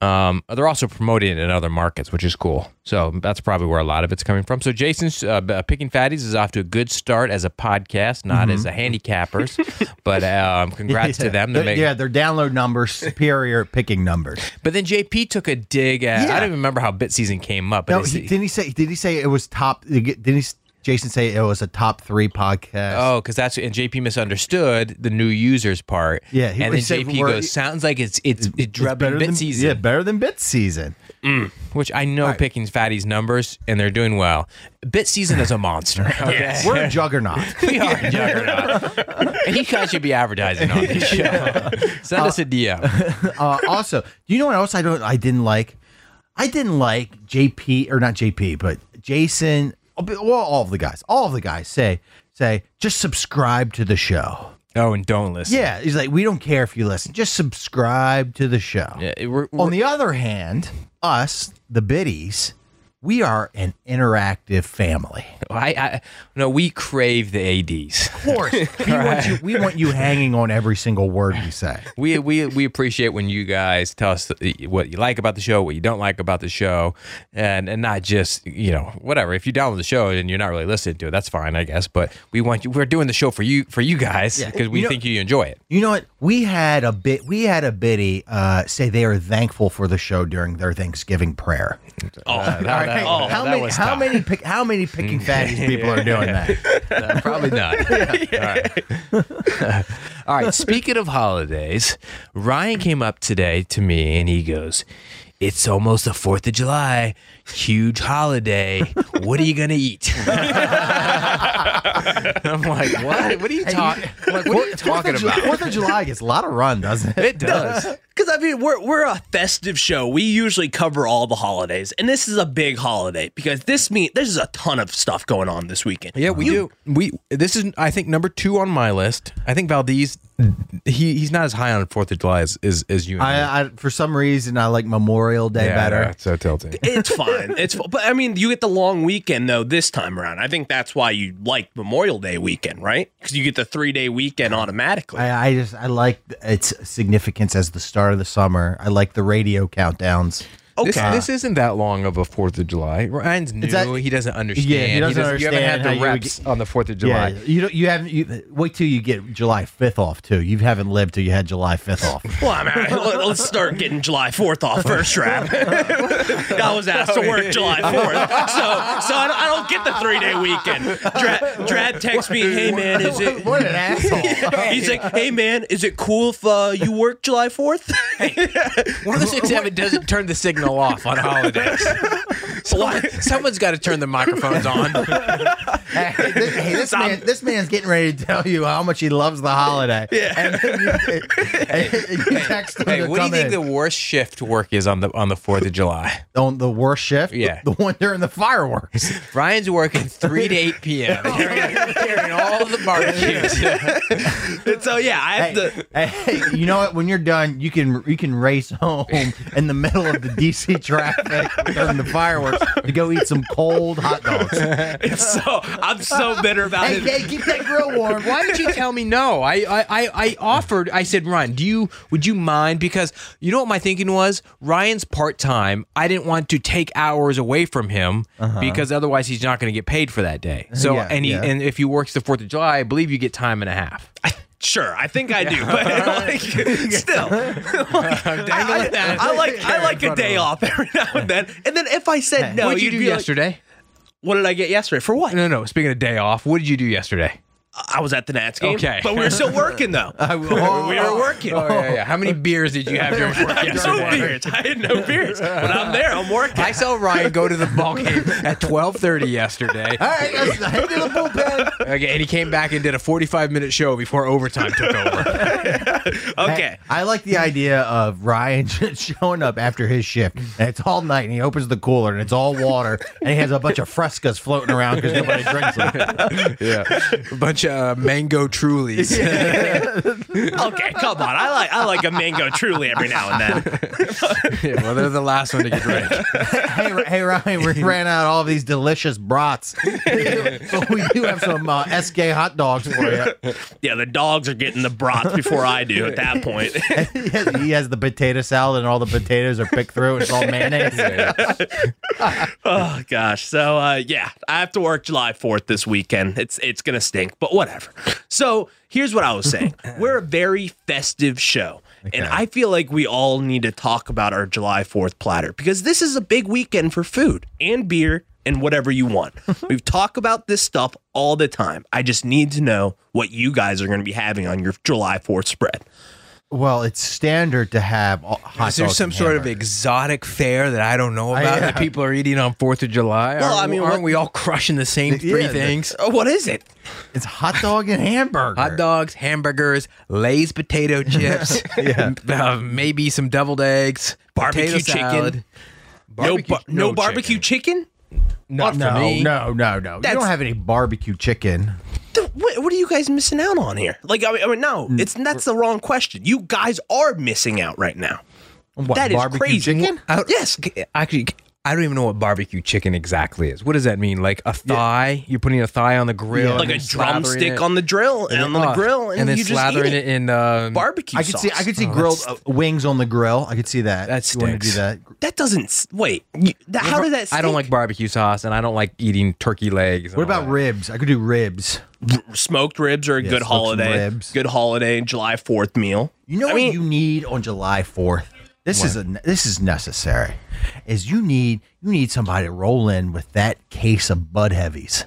Um, they're also promoting it in other markets, which is cool. So that's probably where a lot of it's coming from. So Jason's uh, b- picking fatties is off to a good start as a podcast, not as a handicappers. but um, congrats to them. They're
They're-
making-
Mm-hmm. yeah, their download numbers superior at picking numbers.
But then JP took a dig at. I
Yeah.
don't even remember how bit season came up. But
No,
it's-
he, didn't he say? Did he say it was top? Didn't he, Jason say it was a top three podcast?
Oh, because that's and JP misunderstood the new users part.
Yeah, he-
and then
he said
JP
we're-
goes, "Sounds like it's it's it's,
It's
drubbing bit
than
season."
Yeah, better than bit season.
Which I know picking's fatty's numbers, and they're doing well. Bit season is a monster. Okay?
We're a juggernaut.
We are a juggernaut. And you guys should be advertising on this show. Send us a DM.
uh, also, do you know what else I don't? I didn't like. I didn't like JP or not JP, but Jason. Well, all of the guys, all of the guys say say just subscribe to the show.
Oh, and don't listen.
Yeah, he's like, we don't care if you listen, just subscribe to the show.
Yeah, we're-
On the other hand, us the biddies, we are an interactive family.
I, I no, we crave the ads.
Of course, we want you. We want you hanging on every single word we say.
we we we appreciate when you guys tell us what you like about the show, what you don't like about the show, and and not just you know whatever. If you download the show and you're not really listening to it, that's fine, I guess. But we want you. We're doing the show for you for you guys because we
You know-
think you enjoy it.
You know what? We had a bit. We had a biddy uh, say they are thankful for the show during their Thanksgiving prayer.
Oh,
All right,
oh,
how
that
many?
was
how
tough.
many? Pick, how many picking fatties people are doing that?
Probably not. All right. Speaking of holidays, Ryan came up today to me and he goes, It's almost the 4th of July, huge holiday. What are you going to eat? I'm like, What? What are you, talking? like, what are you talking
Fourth of Ju-
about?
Fourth of July gets a lot of run, doesn't it?
It does.
Because I mean, we're we're a festive show. We usually cover all the holidays, and this is a big holiday because this mean there's a ton of stuff going on this weekend.
Yeah, we do. We this is I think number two on my list. I think Valdez, he he's not as high on Fourth of July as as, as you. And me.
I, I, for some reason, I like Memorial Day better.
so tilting.
It's fine. It's fi- but I mean, you get the long weekend though this time around. I think that's why you like Memorial Day weekend, right? Because you get the three day weekend automatically.
I, I just I like its significance as the start of the summer. I like the radio countdowns.
This, this isn't that long of a Fourth of July. Ryan's new.
that-
he doesn't understand.
Yeah, he doesn't
You
understand
haven't had the
how you would
reps
get-
on the Fourth of July.
Yeah, you don't, you haven't. You, wait till you get July fifth off too. You haven't lived till you had July fifth off.
well, I mean, let- let's start getting July 4th off first Oh, round. I was asked to work July 4th. So so I don't, I don't get the three day weekend. Drab, Drab texts me, hey man, is it.
what an asshole!
He's like, hey man, is it cool if uh, you work July 4th?
One of the six seven doesn't turn the signal off on holidays. Someone, someone's got to turn the microphones on.
Hey, this, hey, this
Stop.
man, this man's getting ready to tell you how much he loves the holiday. Yeah. And then you, and you text him
Hey,
to
what do you
come
think
in.
the worst shift work is on the on the Fourth of July?
on the worst shift?
Yeah.
The, the one during the fireworks.
Brian's working three to eight p.m. carrying, carrying all the barbecues.
And so yeah, I
Hey,
have to.
hey, you know what? When you're done, you can you can race home in the middle of the DC traffic during the fireworks to go eat some cold hot dogs. Hey,
It's so I'm so bitter about it.
hey, keep that grill warm.
Why did you tell me no? I, I, I, I offered. I said, Ryan, do you would you mind? Because you know what my thinking was. Ryan's part time. I didn't want to take hours away from him
Uh-huh.
because otherwise he's not going to get paid for that
Uh,
day. So
Yeah,
and he,
yeah.
and if he works the Fourth of July, I believe you get time and a half.
Sure, I think I do, but like, still, like, I,
dangling
I-
that.
I like I like a day off every now and then. And then if I said no,
what did you do
you'd be like,
yesterday?
what did I get yesterday? For what?
no, no. Speaking of day off, what did you do yesterday?
I was at the Nats game.
Okay.
but we were still working though. we were working.
Oh yeah, yeah. How many beers did you have during work
no
yesterday?
beards. I had no beards, but I'm there. I'm working.
I saw Ryan go to the ball game at twelve thirty yesterday.
All right, let's head to the bullpen.
Okay, and he came back and did a 45 minute show before overtime took over.
Okay.
I like the idea of Ryan just showing up after his shift, and it's all night, and he opens the cooler, and it's all water, and he has a bunch of frescas floating around because nobody drinks them.
yeah. A bunch of uh, mango trulies.
Okay, come on. I like I like a mango truly every now and then.
Yeah, well, they're the last one to get drank.
hey, Ra- hey, Ryan, we ran out of all these delicious brats, but we do have some uh, SK hot dogs for you.
Yeah, the dogs are getting the broth before I do at that point.
He has, he has the potato salad, and all the potatoes are picked through, and it's all mayonnaise.
oh gosh. So uh, yeah, I have to work July 4th this weekend. It's it's gonna stink, but whatever. So here's what I was saying. We're a very festive show. And I feel like we all need to talk about our July 4th platter because this is a big weekend for food and beer and whatever you want. We've talked about this stuff all the time. I just need to know what you guys are going to be having on your July 4th spread.
Well, it's standard to have all- hot
Is there
dogs
some
and
sort of
hamburgers.
exotic fare that I don't know about that people are eating on 4th of July?
Well,
aren't,
I mean,
aren't
what-
we all crushing the same three
Yeah, the-
things?
Oh, what is it?
It's hot dog and hamburger.
Hot dogs, hamburgers, Lay's potato chips, uh, maybe some deviled eggs,
Barbecue
potato
chicken.
salad.
no, bar- no, barbecue
chicken.
chicken?
Not for
No,
me.
no, no, no. you
That's-
don't have any barbecue chicken.
Dude, What, what are you guys missing out on here? Like, I mean, I mean, no,
Mm.
it's that's the wrong question. You guys are missing out right now.
What,
That is
barbecue
crazy.
chicken?
I don't-
Yes.
c- Actually, c- I don't even know what barbecue chicken exactly is. What does that mean? Like a thigh? You're putting a thigh on the grill,
Like a drumstick on the drill and, on
then-
the
oh,
grill, and,
and then
you just
slathering
eat
it
it.
in um,
barbecue
I could
sauce.
see. I could see
Oh,
grilled uh, wings on the grill. I could see that.
That
You want to do
stinks.
that?
that doesn't s- wait. You, that, how did that?
I don't like
stink?
barbecue sauce, and I don't like eating turkey legs. and
What
all
about
that.
ribs? I could do ribs.
smoked ribs are a
smoked
good
some
holiday.
ribs.
Good holiday, July Fourth meal.
You know
I
what
mean-
you need on July Fourth. This is a this is necessary. Is you need you need somebody to roll in with that case of Bud Heavies.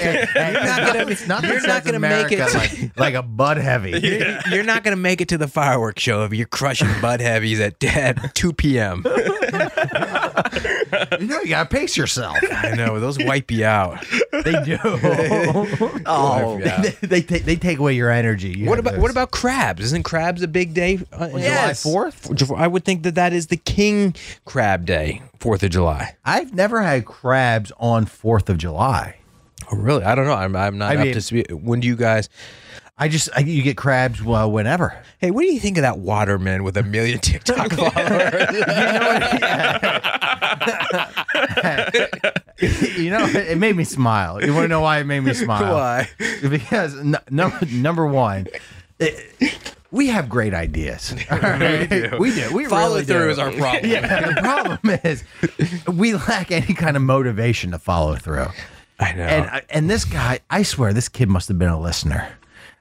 it's not
you're
that
not
South
gonna make it
America
to-
like, like a Bud Heavy.
You're, you're not gonna make it to the fireworks show if you're crushing Bud Heavies at, at 2 p.m.
You know you gotta pace yourself.
I know those wipe you out.
They do. oh,
Yeah.
they, they, take- they take away your energy. You
What
have
about
those.
what about crabs? Isn't crabs a big day? uh, in
Yes.
July Fourth. I would think that that is the King Crab Day, Fourth of July.
I've never had crabs on Fourth of July.
Oh, really? I don't know. I'm I'm not
I
up
mean-
to speed. When do you guys?
I just I, you get crabs well whenever.
Hey, what do you think of that waterman with a million TikTok followers?
you know, it it made me smile. You want to know why it made me smile?
Why?
Because n- number number one, it- we have great ideas. All right? we do. We
Follow
really
through
do.
is our problem.
Yeah, the problem is we lack any kind of motivation to follow through.
I know.
And I- and this guy, I swear, this kid must have been a listener,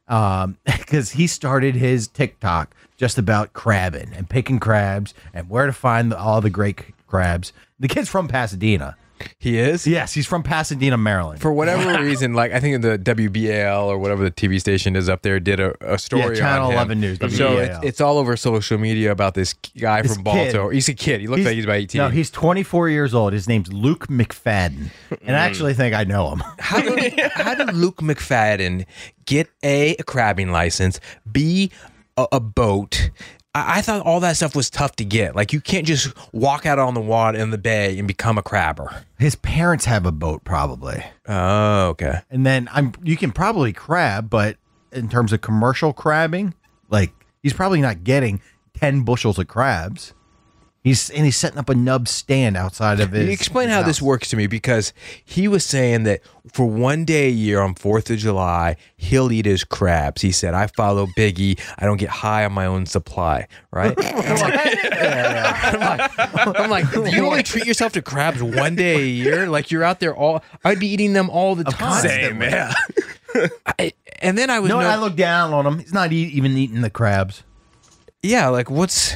because he started his TikTok just about crabbing and picking crabs and where to find the, all the great crabs. The kid's from Pasadena,
He is?
Yes, he's from Pasadena, Maryland.
For whatever reason, like I think the WBAL or whatever the TV station is up there did a, a story
Yeah, Channel
on him.
11 News, E
So
WBAL.
it's, it's all over social media about this guy
This
from
kid.
Balto. He's a kid. He looks like he's about 18.
No, he's 24 years old. His name's Luke McFadden. And
Hmm.
I actually think I know him.
how did, how did Luke McFadden get a, a crabbing license, B a, a boat? I, I thought all that stuff was tough to get. Like you can't just walk out on the water in the bay and become a crabber.
His parents have a boat, probably.
Oh, okay.
And then I'm you can probably crab, but in terms of commercial crabbing, like he's probably not getting 10 bushels of crabs. He's and he's setting up a nub stand outside of his.
Can you explain
his
how this
house.
works to me? Because he was saying that for one day a year on Fourth of July, he'll eat his crabs. He said, "I follow Biggie. I don't get high on my own supply." Right? I'm like, yeah, yeah. I'm like, I'm like, you only treat yourself to crabs one day a year. Like you're out there all. I'd be eating them all the time.
Same, yeah.
I- and then I was,
No,
no-
I look down on him. He's not e- even eating the crabs.
yeah, like what's?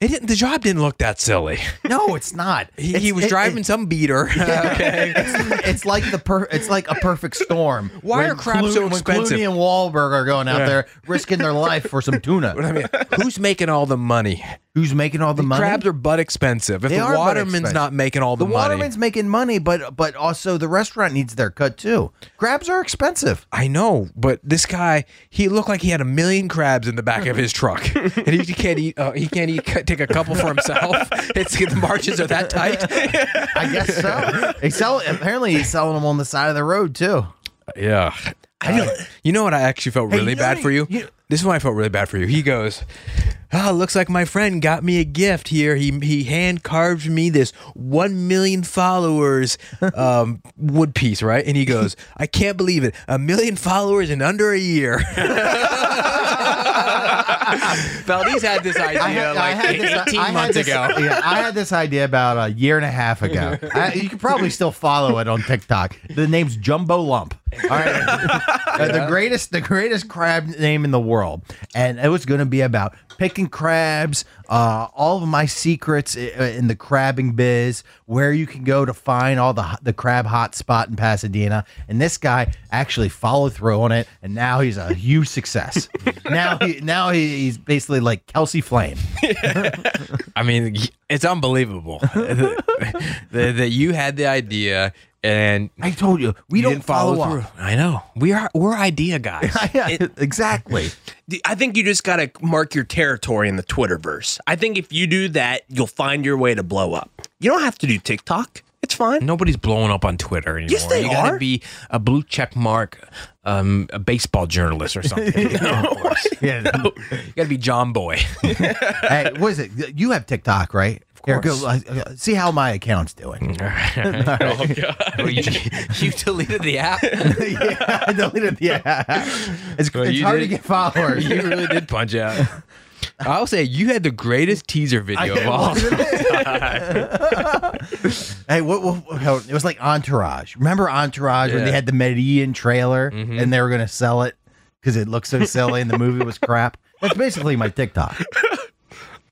It didn't, the job didn't look that silly.
No, it's not.
He,
It's-
he was
it-
driving some beater. okay.
it's, it's like the per, it's like a perfect storm.
Why
When
are crabs so
Clooney- when
expensive?
Clooney and Wahlberg are going out there risking their life for some tuna.
I mean, who's making all the money?
Who's making all the, money?
Crabs are butt expensive. If
They
the
are butt
waterman's
expensive.
not making all the,
the
money,
waterman's making money, but but also the restaurant needs their cut too. Crabs are expensive.
I know, but this guy, he looked like he had a million crabs in the back of his truck, and he can't eat. Uh, he can't eat. Take a couple for himself. It's the margins are that tight.
I guess so. They sell apparently he's selling them on the side of the road too.
Yeah. I don't, you know what? I actually felt
Hey,
really
you know
bad
what
for
I-
you.
you-
This is why I felt really bad for you. He goes, "Ah, looks like my friend got me a gift here. He he hand carved me this one million followers um, wood piece, right?" And he goes, "I can't believe it. A million followers in under a year." Valdez had this idea like eighteen months
this,
ago.
yeah, I had this idea about a year and a half ago. I, you can probably still follow it on TikTok. The name's Jumbo Lump. All right, Uh, the greatest, the greatest crab name in the world, and it was going to be about picking crabs, uh, all of my secrets i- uh, in the crabbing biz, where you can go to find all the ho- the crab hotspot in Pasadena. And this guy actually followed through on it, and now he's a huge success. now he now he, he's basically like Kelsey Flame.
I mean, it's unbelievable that, that you had the idea and
I told you, we
You
don't
didn't follow,
follow,
through.
up.
I know. We are we're idea guys.
yeah, exactly.
The- I think you just got to mark your territory in the Twitterverse. I think if you do that, you'll find your way to blow up. You don't have to do TikTok. It's fine.
Nobody's blowing up on Twitter anymore.
Yes, they
you gotta
are.
be a blue check mark, um, a baseball journalist or something. no.
Yeah.
You gotta be John Boy.
hey, what is it? You have TikTok, right? Of
course.
see how my account's doing.
Well, you, you deleted the app.
yeah, I deleted the app. It's,
Well,
it's
you
hard
did-
to get followers.
You really did punch out. I'll say you had the greatest teaser video of all.
hey, what, what, what- It was like Entourage. Remember Entourage when they
Yeah. Mm-hmm.
had the Medellin trailer and they were going to sell it because it looked so silly and the movie was crap. That's basically my TikTok.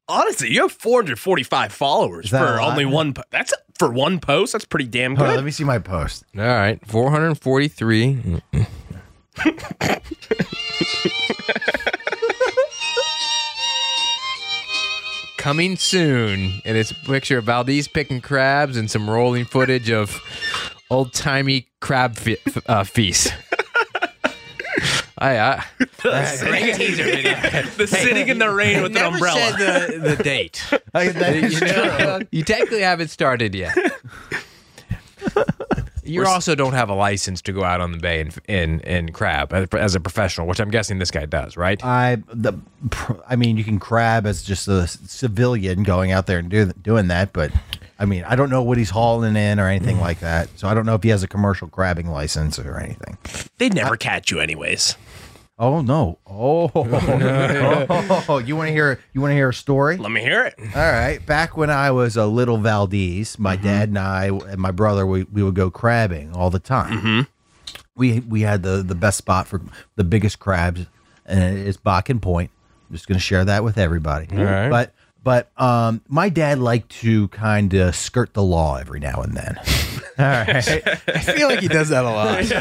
Honestly, you have 445 followers
Is that
for
a lot?
only one. Po- that's for one post. That's pretty damn
Hold on, let
good.
me see my post.
All right, 443. Coming soon, and it's a picture of Valdez picking crabs and some rolling footage of old timey crab fe- f- uh, feast. I, I
the sitting in the rain with an umbrella.
said the, the date.
Like, that is
you,
true.
know, you technically haven't started yet. You also don't have a license to go out on the bay and and, and crab as- as a professional, which I'm guessing this guy does, right?
I the pr- I mean you can crab as just a c- civilian going out there and do, doing that, but I mean I don't know what he's hauling in or
Mm.
anything like that. So I don't know if he has a commercial crabbing license or anything.
They'd never catch you, anyways.
Oh no! Oh, oh you want to hear you want to hear a story?
Let me hear it.
All right. Back when I was a little Valdez, my dad and I and my brother we, we would go crabbing all the time. We we had the the best spot for the biggest crabs, and it's Bakken Point. I'm just going to share that with everybody.
right.
But but um, my dad liked to kind of skirt the law every now and then. All right.
I feel like he does that a lot.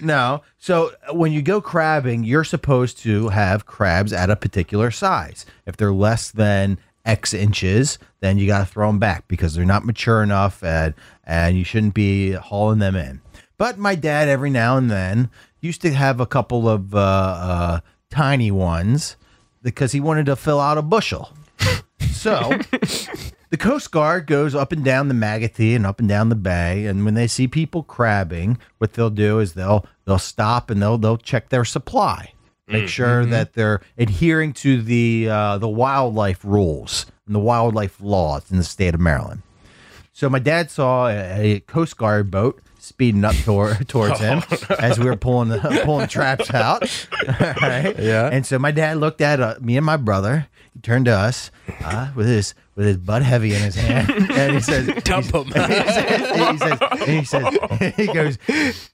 No. So uh, when you go crabbing, you're supposed to have crabs at a particular size. If they're less than X inches, then you got to throw them back because they're not mature enough and, and you shouldn't be hauling them in. But my dad, every now and then, used to have a couple of uh, uh, tiny ones because he wanted to fill out a bushel. So the Coast Guard goes up and down the Manatee and up and down the bay, and when they see people crabbing, what they'll do is they'll they'll stop and they'll they'll check their supply, make sure that they're adhering to the uh, the wildlife rules and the wildlife laws in the state of Maryland. So my dad saw a, a Coast Guard boat speeding up tor- towards him
Oh.
as we were pulling the, pulling traps out. All right.
Yeah.
And so my dad looked at uh, me and my brother. He turned to us uh, with his with his butt heavy in his hand, and he says,
Dump him.
he says, and he says, and he, says he goes,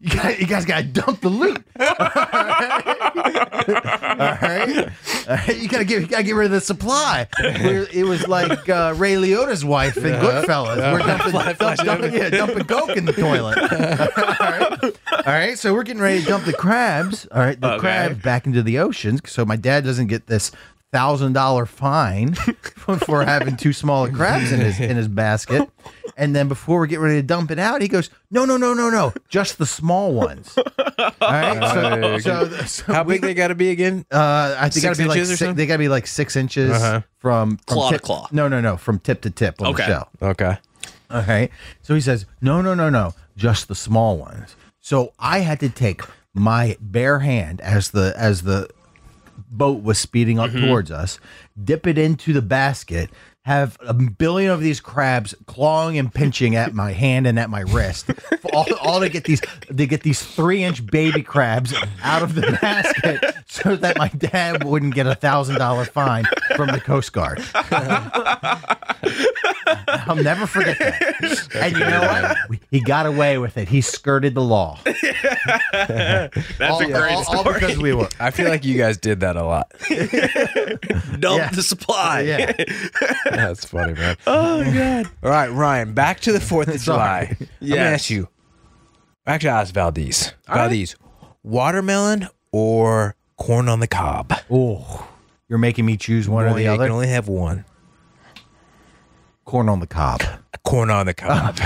you guys, you guys gotta dump the loot. All right, All right? you gotta get, you gotta get rid of the supply. We're, it was like uh, Ray Liotta's wife in Goodfellas. We're dumping, dump, dumping, yeah, dumping coke in the toilet. All right, all right. So we're getting ready to dump the crabs. All right, the
Okay.
crabs back into the ocean, so my dad doesn't get this thousand dollar fine for, for having too small of crabs in his in his basket. And then before we get ready to dump it out, he goes, "No, no, no, no, no, just the small ones." All right. So, so, so
How big they got to be again?
uh, I think
Six
it'd be like
inches or
six,
something? Uh-huh.
they got to be like six inches from, from
Claw to
tip-
claw.
No, no, no, from tip to tip on
Okay.
the shell.
Okay.
All right. So he says, no, no, no, no, just the small ones. So I had to take my bare hand as the as the boat was speeding
Mm-hmm.
up towards us, dip it into the basket, have a billion of these crabs clawing and pinching at my hand and at my wrist, for all, all to get these to get these three inch baby crabs out of the basket, so that my dad wouldn't get a thousand dollar fine from the Coast Guard. I'll never forget that. And you know what? He got away with it. He skirted the law.
That's
all,
a great
all- all
story.
because we were.
I feel like you guys did that a lot.
Dump
yeah.
the supply.
Yeah.
That's funny, man. Oh god. All right, Ryan. Back to the Fourth of July. I'm gonna
Yes.
ask you. Actually, I asked Valdez. Valdez, watermelon or corn on the cob?
Oh, you're making me choose one or
Only-
the
you
other.
can only have one.
Corn on the cob.
Corn on the cob.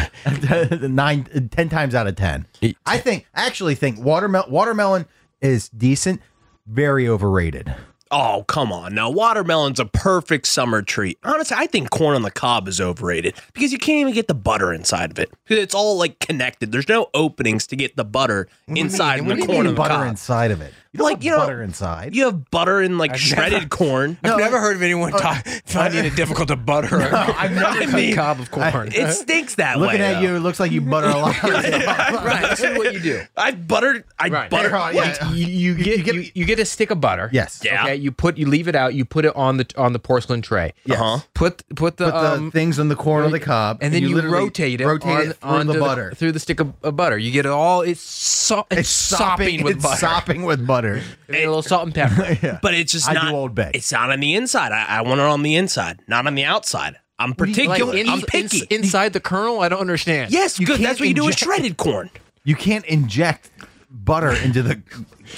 Nine, ten times out of ten. I think. I actually think watermelon. Watermelon is decent. Very overrated.
Oh, come on. Now, watermelon's a perfect summer treat. Honestly, I think corn on the cob is overrated because you can't even get the butter inside of it. Because it's all like connected. There's no openings to get the butter inside of
What do
the
you
corn
mean
on the
butter
cob.
inside of it? You don't
Like,
have
you know-
butter inside.
You have butter and like shredded corn.
I've never heard of
uh,
anyone talk, finding it difficult to butter a
I've never
I mean,
cob of corn.
it stinks that
Looking
way.
at you, it looks like you butter a lot.
Right. This is what you do.
I buttered. I
Right.
butter.
Yeah.
You, you get, you, you, get a stick of butter.
Yes.
Yeah.
Okay. You put you leave it out. You put it on the on the porcelain tray.
Yes.
Uh-huh.
Put put the,
Put the
um,
things on the corner of the cob,
and then you,
literally
rotate it.
rotate
on,
it through
onto
the butter.
through the stick of, of butter. You get it all. It's so, it's, sopping, with
it's
butter.
sopping with butter.
And a little salt and pepper.
But it's just
I do
not.
Old Bay.
It's not on the inside. I, I want it on the inside, not on the outside. I'm
Like
particular.
in-
I'm picky.
ins- inside the kernel, I don't understand.
yes,
You
good.
can't
That's what you do with
inject-
shredded corn.
You can't inject butter into the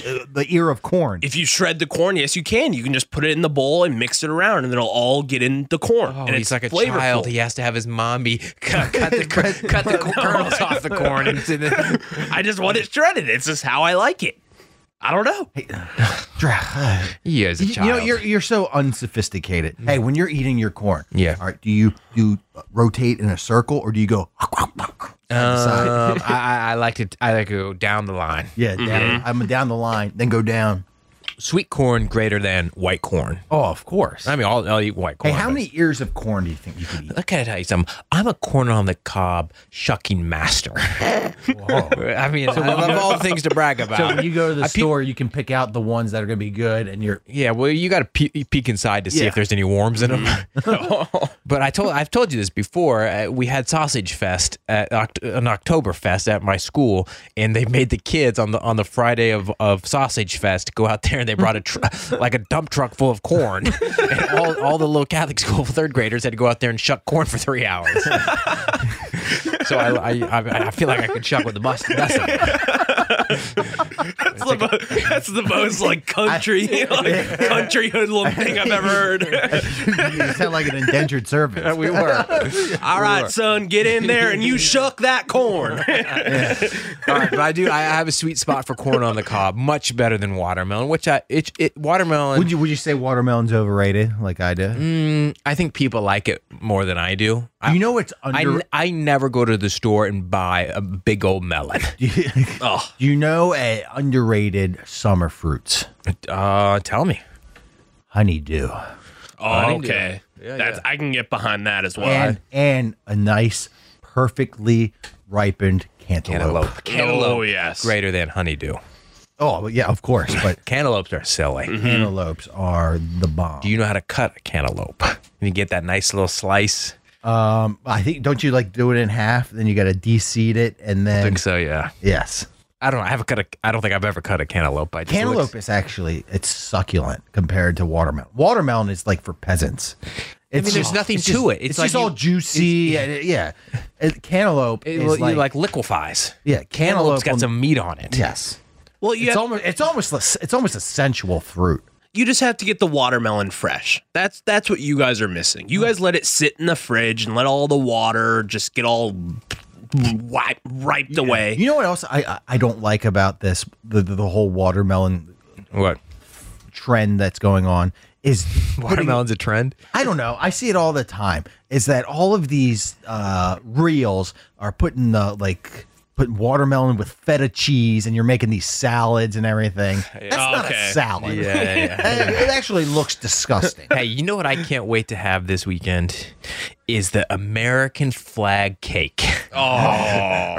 uh, the ear of corn.
If you shred the corn, yes, you can. You can just put it in the bowl and mix it around, and it'll all get in the corn.
Oh,
and
he's
it's
like a
flavorful.
child. He has to have his mommy cut, cut the, cr- cut the kernels off the corn. And, and
I just want it shredded. It's just how I like it. I don't know.
Dra-
he is a
you
child.
know, you're you're so unsophisticated. Hey, when you're eating your corn,
Yeah.
All right, do you do you rotate in a circle or do you go?
Um, I, I- I like to I like to go down the line.
Yeah, down, I'm down the line, then go down.
Sweet corn greater than white corn.
Oh, of course.
I mean, I'll, I'll eat white
hey,
corn.
how
but-
many ears of corn do you think you could eat?
Look, can I tell you something? I'm a corn on the cob shucking master. I mean, I love all things to brag about.
So when you go to the
I peep-
store, you can pick out the ones that are going to be good, and you're
yeah, well, you got to pe- peek inside to see
Yeah.
Mm-hmm.
if there's any worms in them. But I told I've told you this before. Uh, we had sausage fest at Oct- an October fest at my school, and they made the kids on the on the Friday of, of sausage fest go out there and they brought a tr- like a dump truck full of corn, and all, all the little Catholic school third graders had to go out there and shuck corn for three hours. so I, I, I I feel like I could shuck with the must. that's it.
That's the, mo- that's the most like country, like, country hoodlum thing I've ever heard.
you sound like an indentured servant.
we were.
All right, son, get in there and you shuck that corn.
All right, but I do. I have a sweet spot for corn on the cob, much better than watermelon. Which I it, it watermelon.
Would you would you say watermelon's overrated like I do?
Mm, I think people like it more than I do. I,
You know it's
I,
under.
I never go to the store and buy a big old melon.
oh,
you know a underrated summer fruits.
Uh, tell me.
Honeydew.
oh okay. That's I can get behind that as well. Oh,
And and a nice, perfectly ripened cantaloupe.
Oh yes.
Greater than honeydew.
Oh well, yeah, of course. But
Cantaloupes are silly.
Mm-hmm. cantaloupes are the bomb.
Hmm. Do you know how to cut a cantaloupe? And you get that nice little slice.
um, I think don't you like do it in half? Then you got to deseed it, and then
I think so, yeah.
yes,
I don't know. I haven't cut a. I don't think I've ever cut a cantaloupe. I just it
cantaloupe
looks-
is actually it's succulent compared to watermelon. Watermelon is like for peasants. It's
mean, there's nothing
it's
to
just-
it.
It's,
It's like
just all
you-
juicy. and it- yeah, It- cantaloupe
It,
is
like,
like,
like liquefies.
yeah,
Cantaloupe's
cantaloupe
got
on-
some meat on it.
yes.
Well,
It's
you have,
almost it's almost less- it's almost a sensual fruit.
you just have to get the watermelon fresh. That's that's what you guys are missing.
Hmm.
You guys let it sit in the fridge and let all the water just get all wi- wiped away.
You know what else I I, I don't like about this the, the the whole watermelon
What?
trend that's going on is
Watermelon's a trend.
I don't know. I see it all the time. Is that all of these uh, reels are putting the like putting watermelon with feta cheese, and you're making these salads and everything. That's not
Okay.
a salad.
Yeah, yeah, yeah.
It- it actually looks disgusting.
Hey, you know what I can't wait to have this weekend is the American flag cake. Oh, all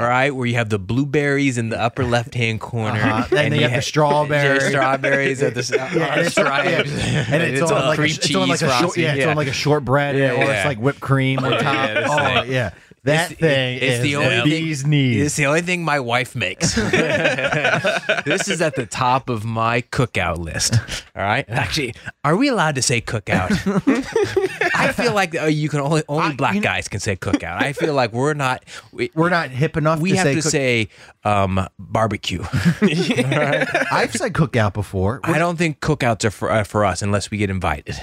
right, where you have the blueberries in the upper left-hand corner,
Uh-huh. Then they
you
have the
ha-
strawberry.
yeah, strawberries at the s-
and it's,
stripes.
yeah, and it's, on, like a,
cream
it's on like
cheese
a short,
frosting,
yeah, it's on like a shortbread, or
yeah.
it's like whipped cream on top.
yeah, this
oh
thing.
yeah, that
It's-
thing
it's
is
the only thing-
these knees.
It's the only thing my wife makes. this is at the top of my cookout list. All right. Actually, are we allowed to say cookout? I feel like uh, you can only only black guys can say cookout. I feel like we're not. We,
We're not hip enough.
we
to
have
say
to
cook-
say um, barbecue.
I've said cookout before.
I don't think cookouts are for, uh, for us unless we get invited. Uh,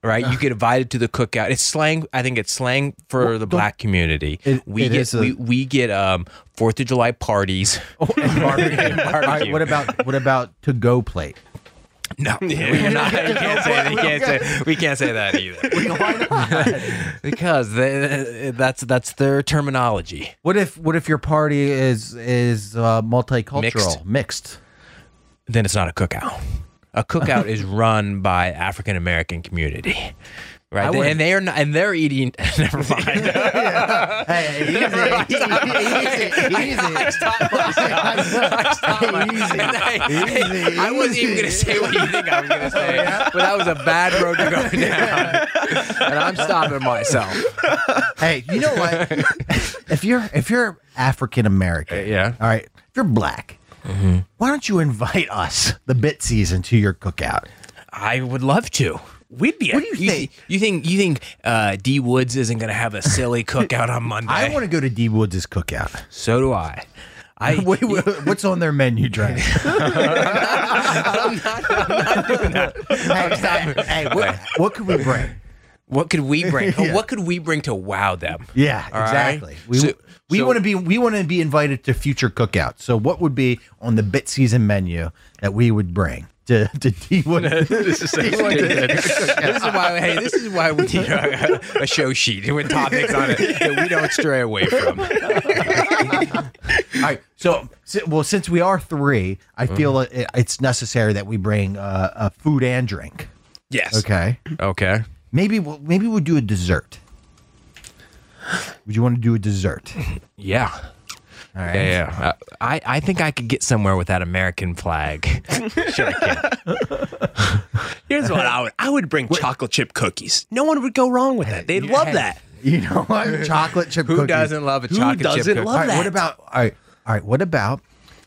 Right, you get invited to the cookout. It's slang. I think it's slang for the black community.
It-
we
it
get
is a- Oh,
we, we get um Fourth of July parties.
All right, what about what about to go plate?
No, we, cannot, we can't say that. We can't say, we can't say that either. because they, that's that's their terminology.
What if what if your party is is uh, multicultural, mixed?
Mixed. Then it's not a cookout. A cookout is run by African American community, right? They- and they are not, and they're eating. Never mind.
Hey, easy, easy, easy.
I, I wasn't even going to say what you think I was going to say, but that was a bad road to go down, and I'm stopping myself.
Hey, you know what? if you're if you're African American,
Uh, yeah. Mm-hmm.
All right, if you're black, why don't you invite us, the Bit Season, to your cookout?
I would love to. We'd be.
What do you think?
You think you think uh, D Woods isn't going to have a silly cookout on Monday?
I want to go to D Woods' cookout.
So do I. I.
Wait, wait, what's on their menu, Dre? Hey, hey, hey, what, what could we bring?
what could we bring? What could we bring to wow them?
Yeah,
All right?
exactly. We
So-
we
so-
want to be we want to be invited to future cookouts. So what would be on the bit season menu that we would bring to to D one?
this is so stupid. this is why. Hey, this is why we need a, a show sheet with topics on it that we don't stray away from.
All right. So si- well, since we are three, I feel it, it's necessary that we bring uh, a food and drink.
yes.
Okay.
Okay.
Maybe we'll, maybe we'll do a dessert. Would you want to do a dessert?
Yeah.
All right.
Yeah, yeah. Uh, I, I think I could get somewhere with that American flag. Sure, I
Here's what I would I would bring chocolate chip cookies. No one would go wrong with that. They'd
you-
love
hey,
that.
You know what? Chocolate chip
Who
cookies.
doesn't love a chocolate chip
doesn't
cookie?
all
love
right, What
that?
about all right? All right. What about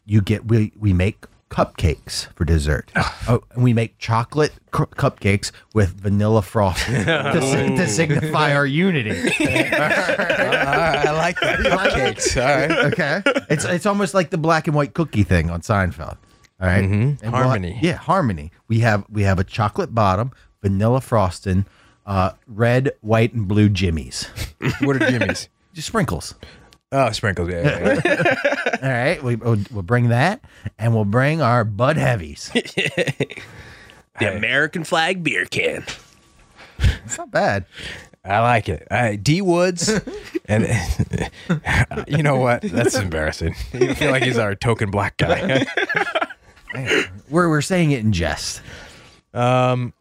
you get we we make cupcakes for dessert. oh, and we make chocolate cu- cupcakes with vanilla frosting to, si- to signify our unity.
I like that. Cupcakes. All right.
okay. It's it's almost like the black and white cookie thing on Seinfeld. All right? And we'll-
Harmony.
yeah, harmony. We have we have a chocolate bottom, vanilla frosting, uh, red, white, and blue jimmies.
What are Jimmy's?
Just sprinkles.
Oh, sprinkles. Yeah, yeah, yeah.
All right. We we'll, we'll bring that, and we'll bring our Bud Heavies.
The American flag beer can.
It's not bad.
I like it. All right, D Woods, and you know what? That's embarrassing. You feel like he's our token black guy.
We're we're saying it in jest.
I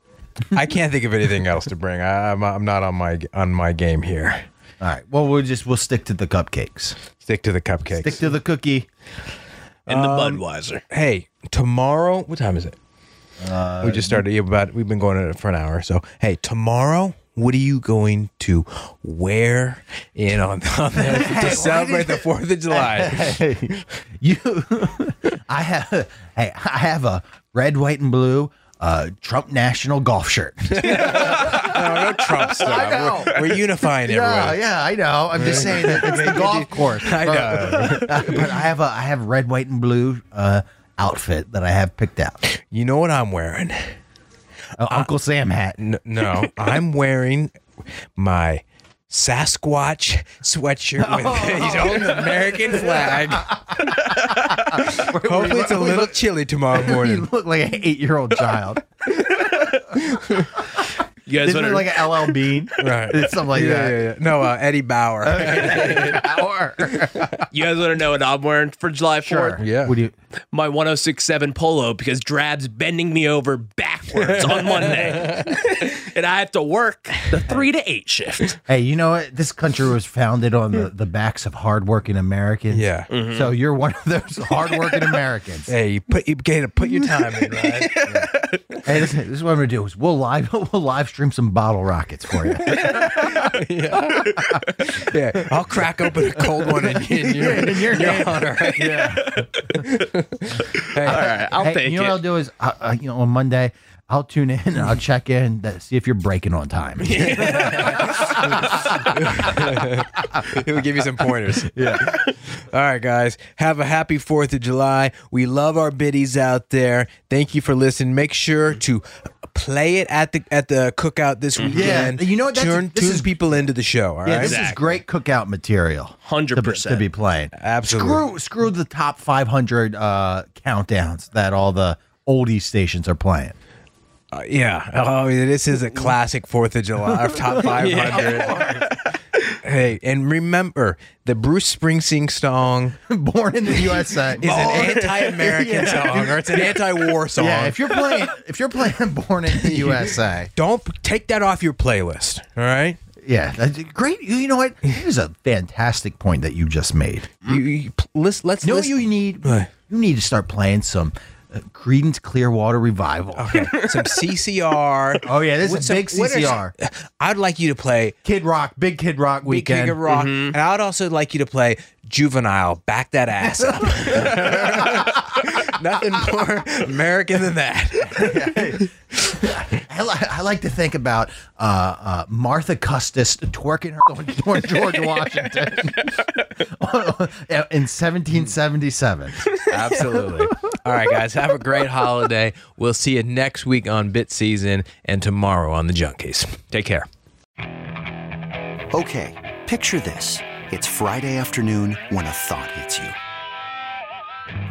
can't think of anything else to bring. I, I'm, I'm not on my on my game here.
All right. Well, we'll just we'll stick to the cupcakes.
Stick to the cupcakes.
Stick to the cookie.
And the
Um,
Budweiser.
hey, tomorrow. What time is it? we just started. Yeah, about we've been going at it for an hour. So hey, tomorrow. What are you going to wear in on, on the, to celebrate the Fourth of July?
Hey, you, I have. Hey, I have a red, white, and blue uh, Trump national golf shirt.
no, no Trump stuff.
I know.
We're, we're unifying
Yeah,
everyone.
yeah, I know. I'm just saying that it's the golf course.
I know.
but uh, I have a I have red, white, and blue uh, outfit that I have picked out.
You know what I'm wearing?
A Uncle Sam hat.
N- no, I'm wearing my Sasquatch sweatshirt with his own American flag. Hopefully, it's a little chilly tomorrow
You
morning.
look like an eight year old child.
You guys
Isn't it
better
like an LL Bean?
Right.
Something like
yeah,
that.
yeah, yeah. No, uh, Eddie Bauer.
Power.
you guys want to know what I'm wearing for July 4th?
Sure.
Yeah.
What do you?
My 1067 polo because Drab's bending me over backwards on Monday. and I have to work the 3 to 8 shift.
Hey, you know what? This country was founded on
Hmm.
the, the backs of hardworking Americans.
Yeah.
So you're one of those hardworking Americans. hey,
Hey, you put you gotta put your time in, right?
this, this is what I'm gonna do. Is we'll live we'll live stream some bottle rockets for you.
yeah. yeah. I'll crack open a cold one in, in your, in your, honor. Yeah.
All right, I'll
Hey,
take
you know what I'll
it.
do is, I, I, you know, on Monday, I'll tune in and I'll check in to see if you're breaking on time.
He'll give you some pointers. Yeah. All right, guys. Have a happy 4th of July. We love our biddies out there. Thank you for listening. Make sure to play it at the at the cookout this weekend.
You know what? That's-
Turn,
this
tune
is-
people into the show, all right?
yeah, this is
Exactly.
great cookout material.
100%.
to be playing.
Absolutely.
Screw, screw the top 500 uh, countdowns that all the oldie stations are playing.
Uh, yeah. Oh, this is a classic Fourth of July of top five hundred. hey, and remember the Bruce Springsteen song
Born in the USA
is an anti-American song, or it's an anti-war song.
Yeah, if you're playing, if you're playing Born in the USA,
Don't p- take that off your playlist. All right.
yeah, that's a great. You know what? Here's a fantastic point that you just made.
You, you p- let's let's
You know what
listen-
you need?
What?
You need to start playing some uh, Creedence Clearwater Revival.
some CCR.
Oh, yeah, this
What
is
uh, some-
big
what are
CCR.
some- I'd like you to play
Kid Rock, Big Kid Rock
Big
Weekend.
King of Rock, and I'd also like you to play Juvenile. Back that ass up. Nothing more American than that.
I, li- I like to think about uh, uh, Martha Custis twerking her on, on George Washington in 1777.
Absolutely. All right, guys. Have a great holiday. We'll see you next week on Bit Season and tomorrow on The Junkies. Take care.
Okay, picture this. It's Friday afternoon when a thought hits you.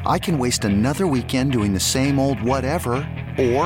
I can waste another weekend doing the same old whatever, or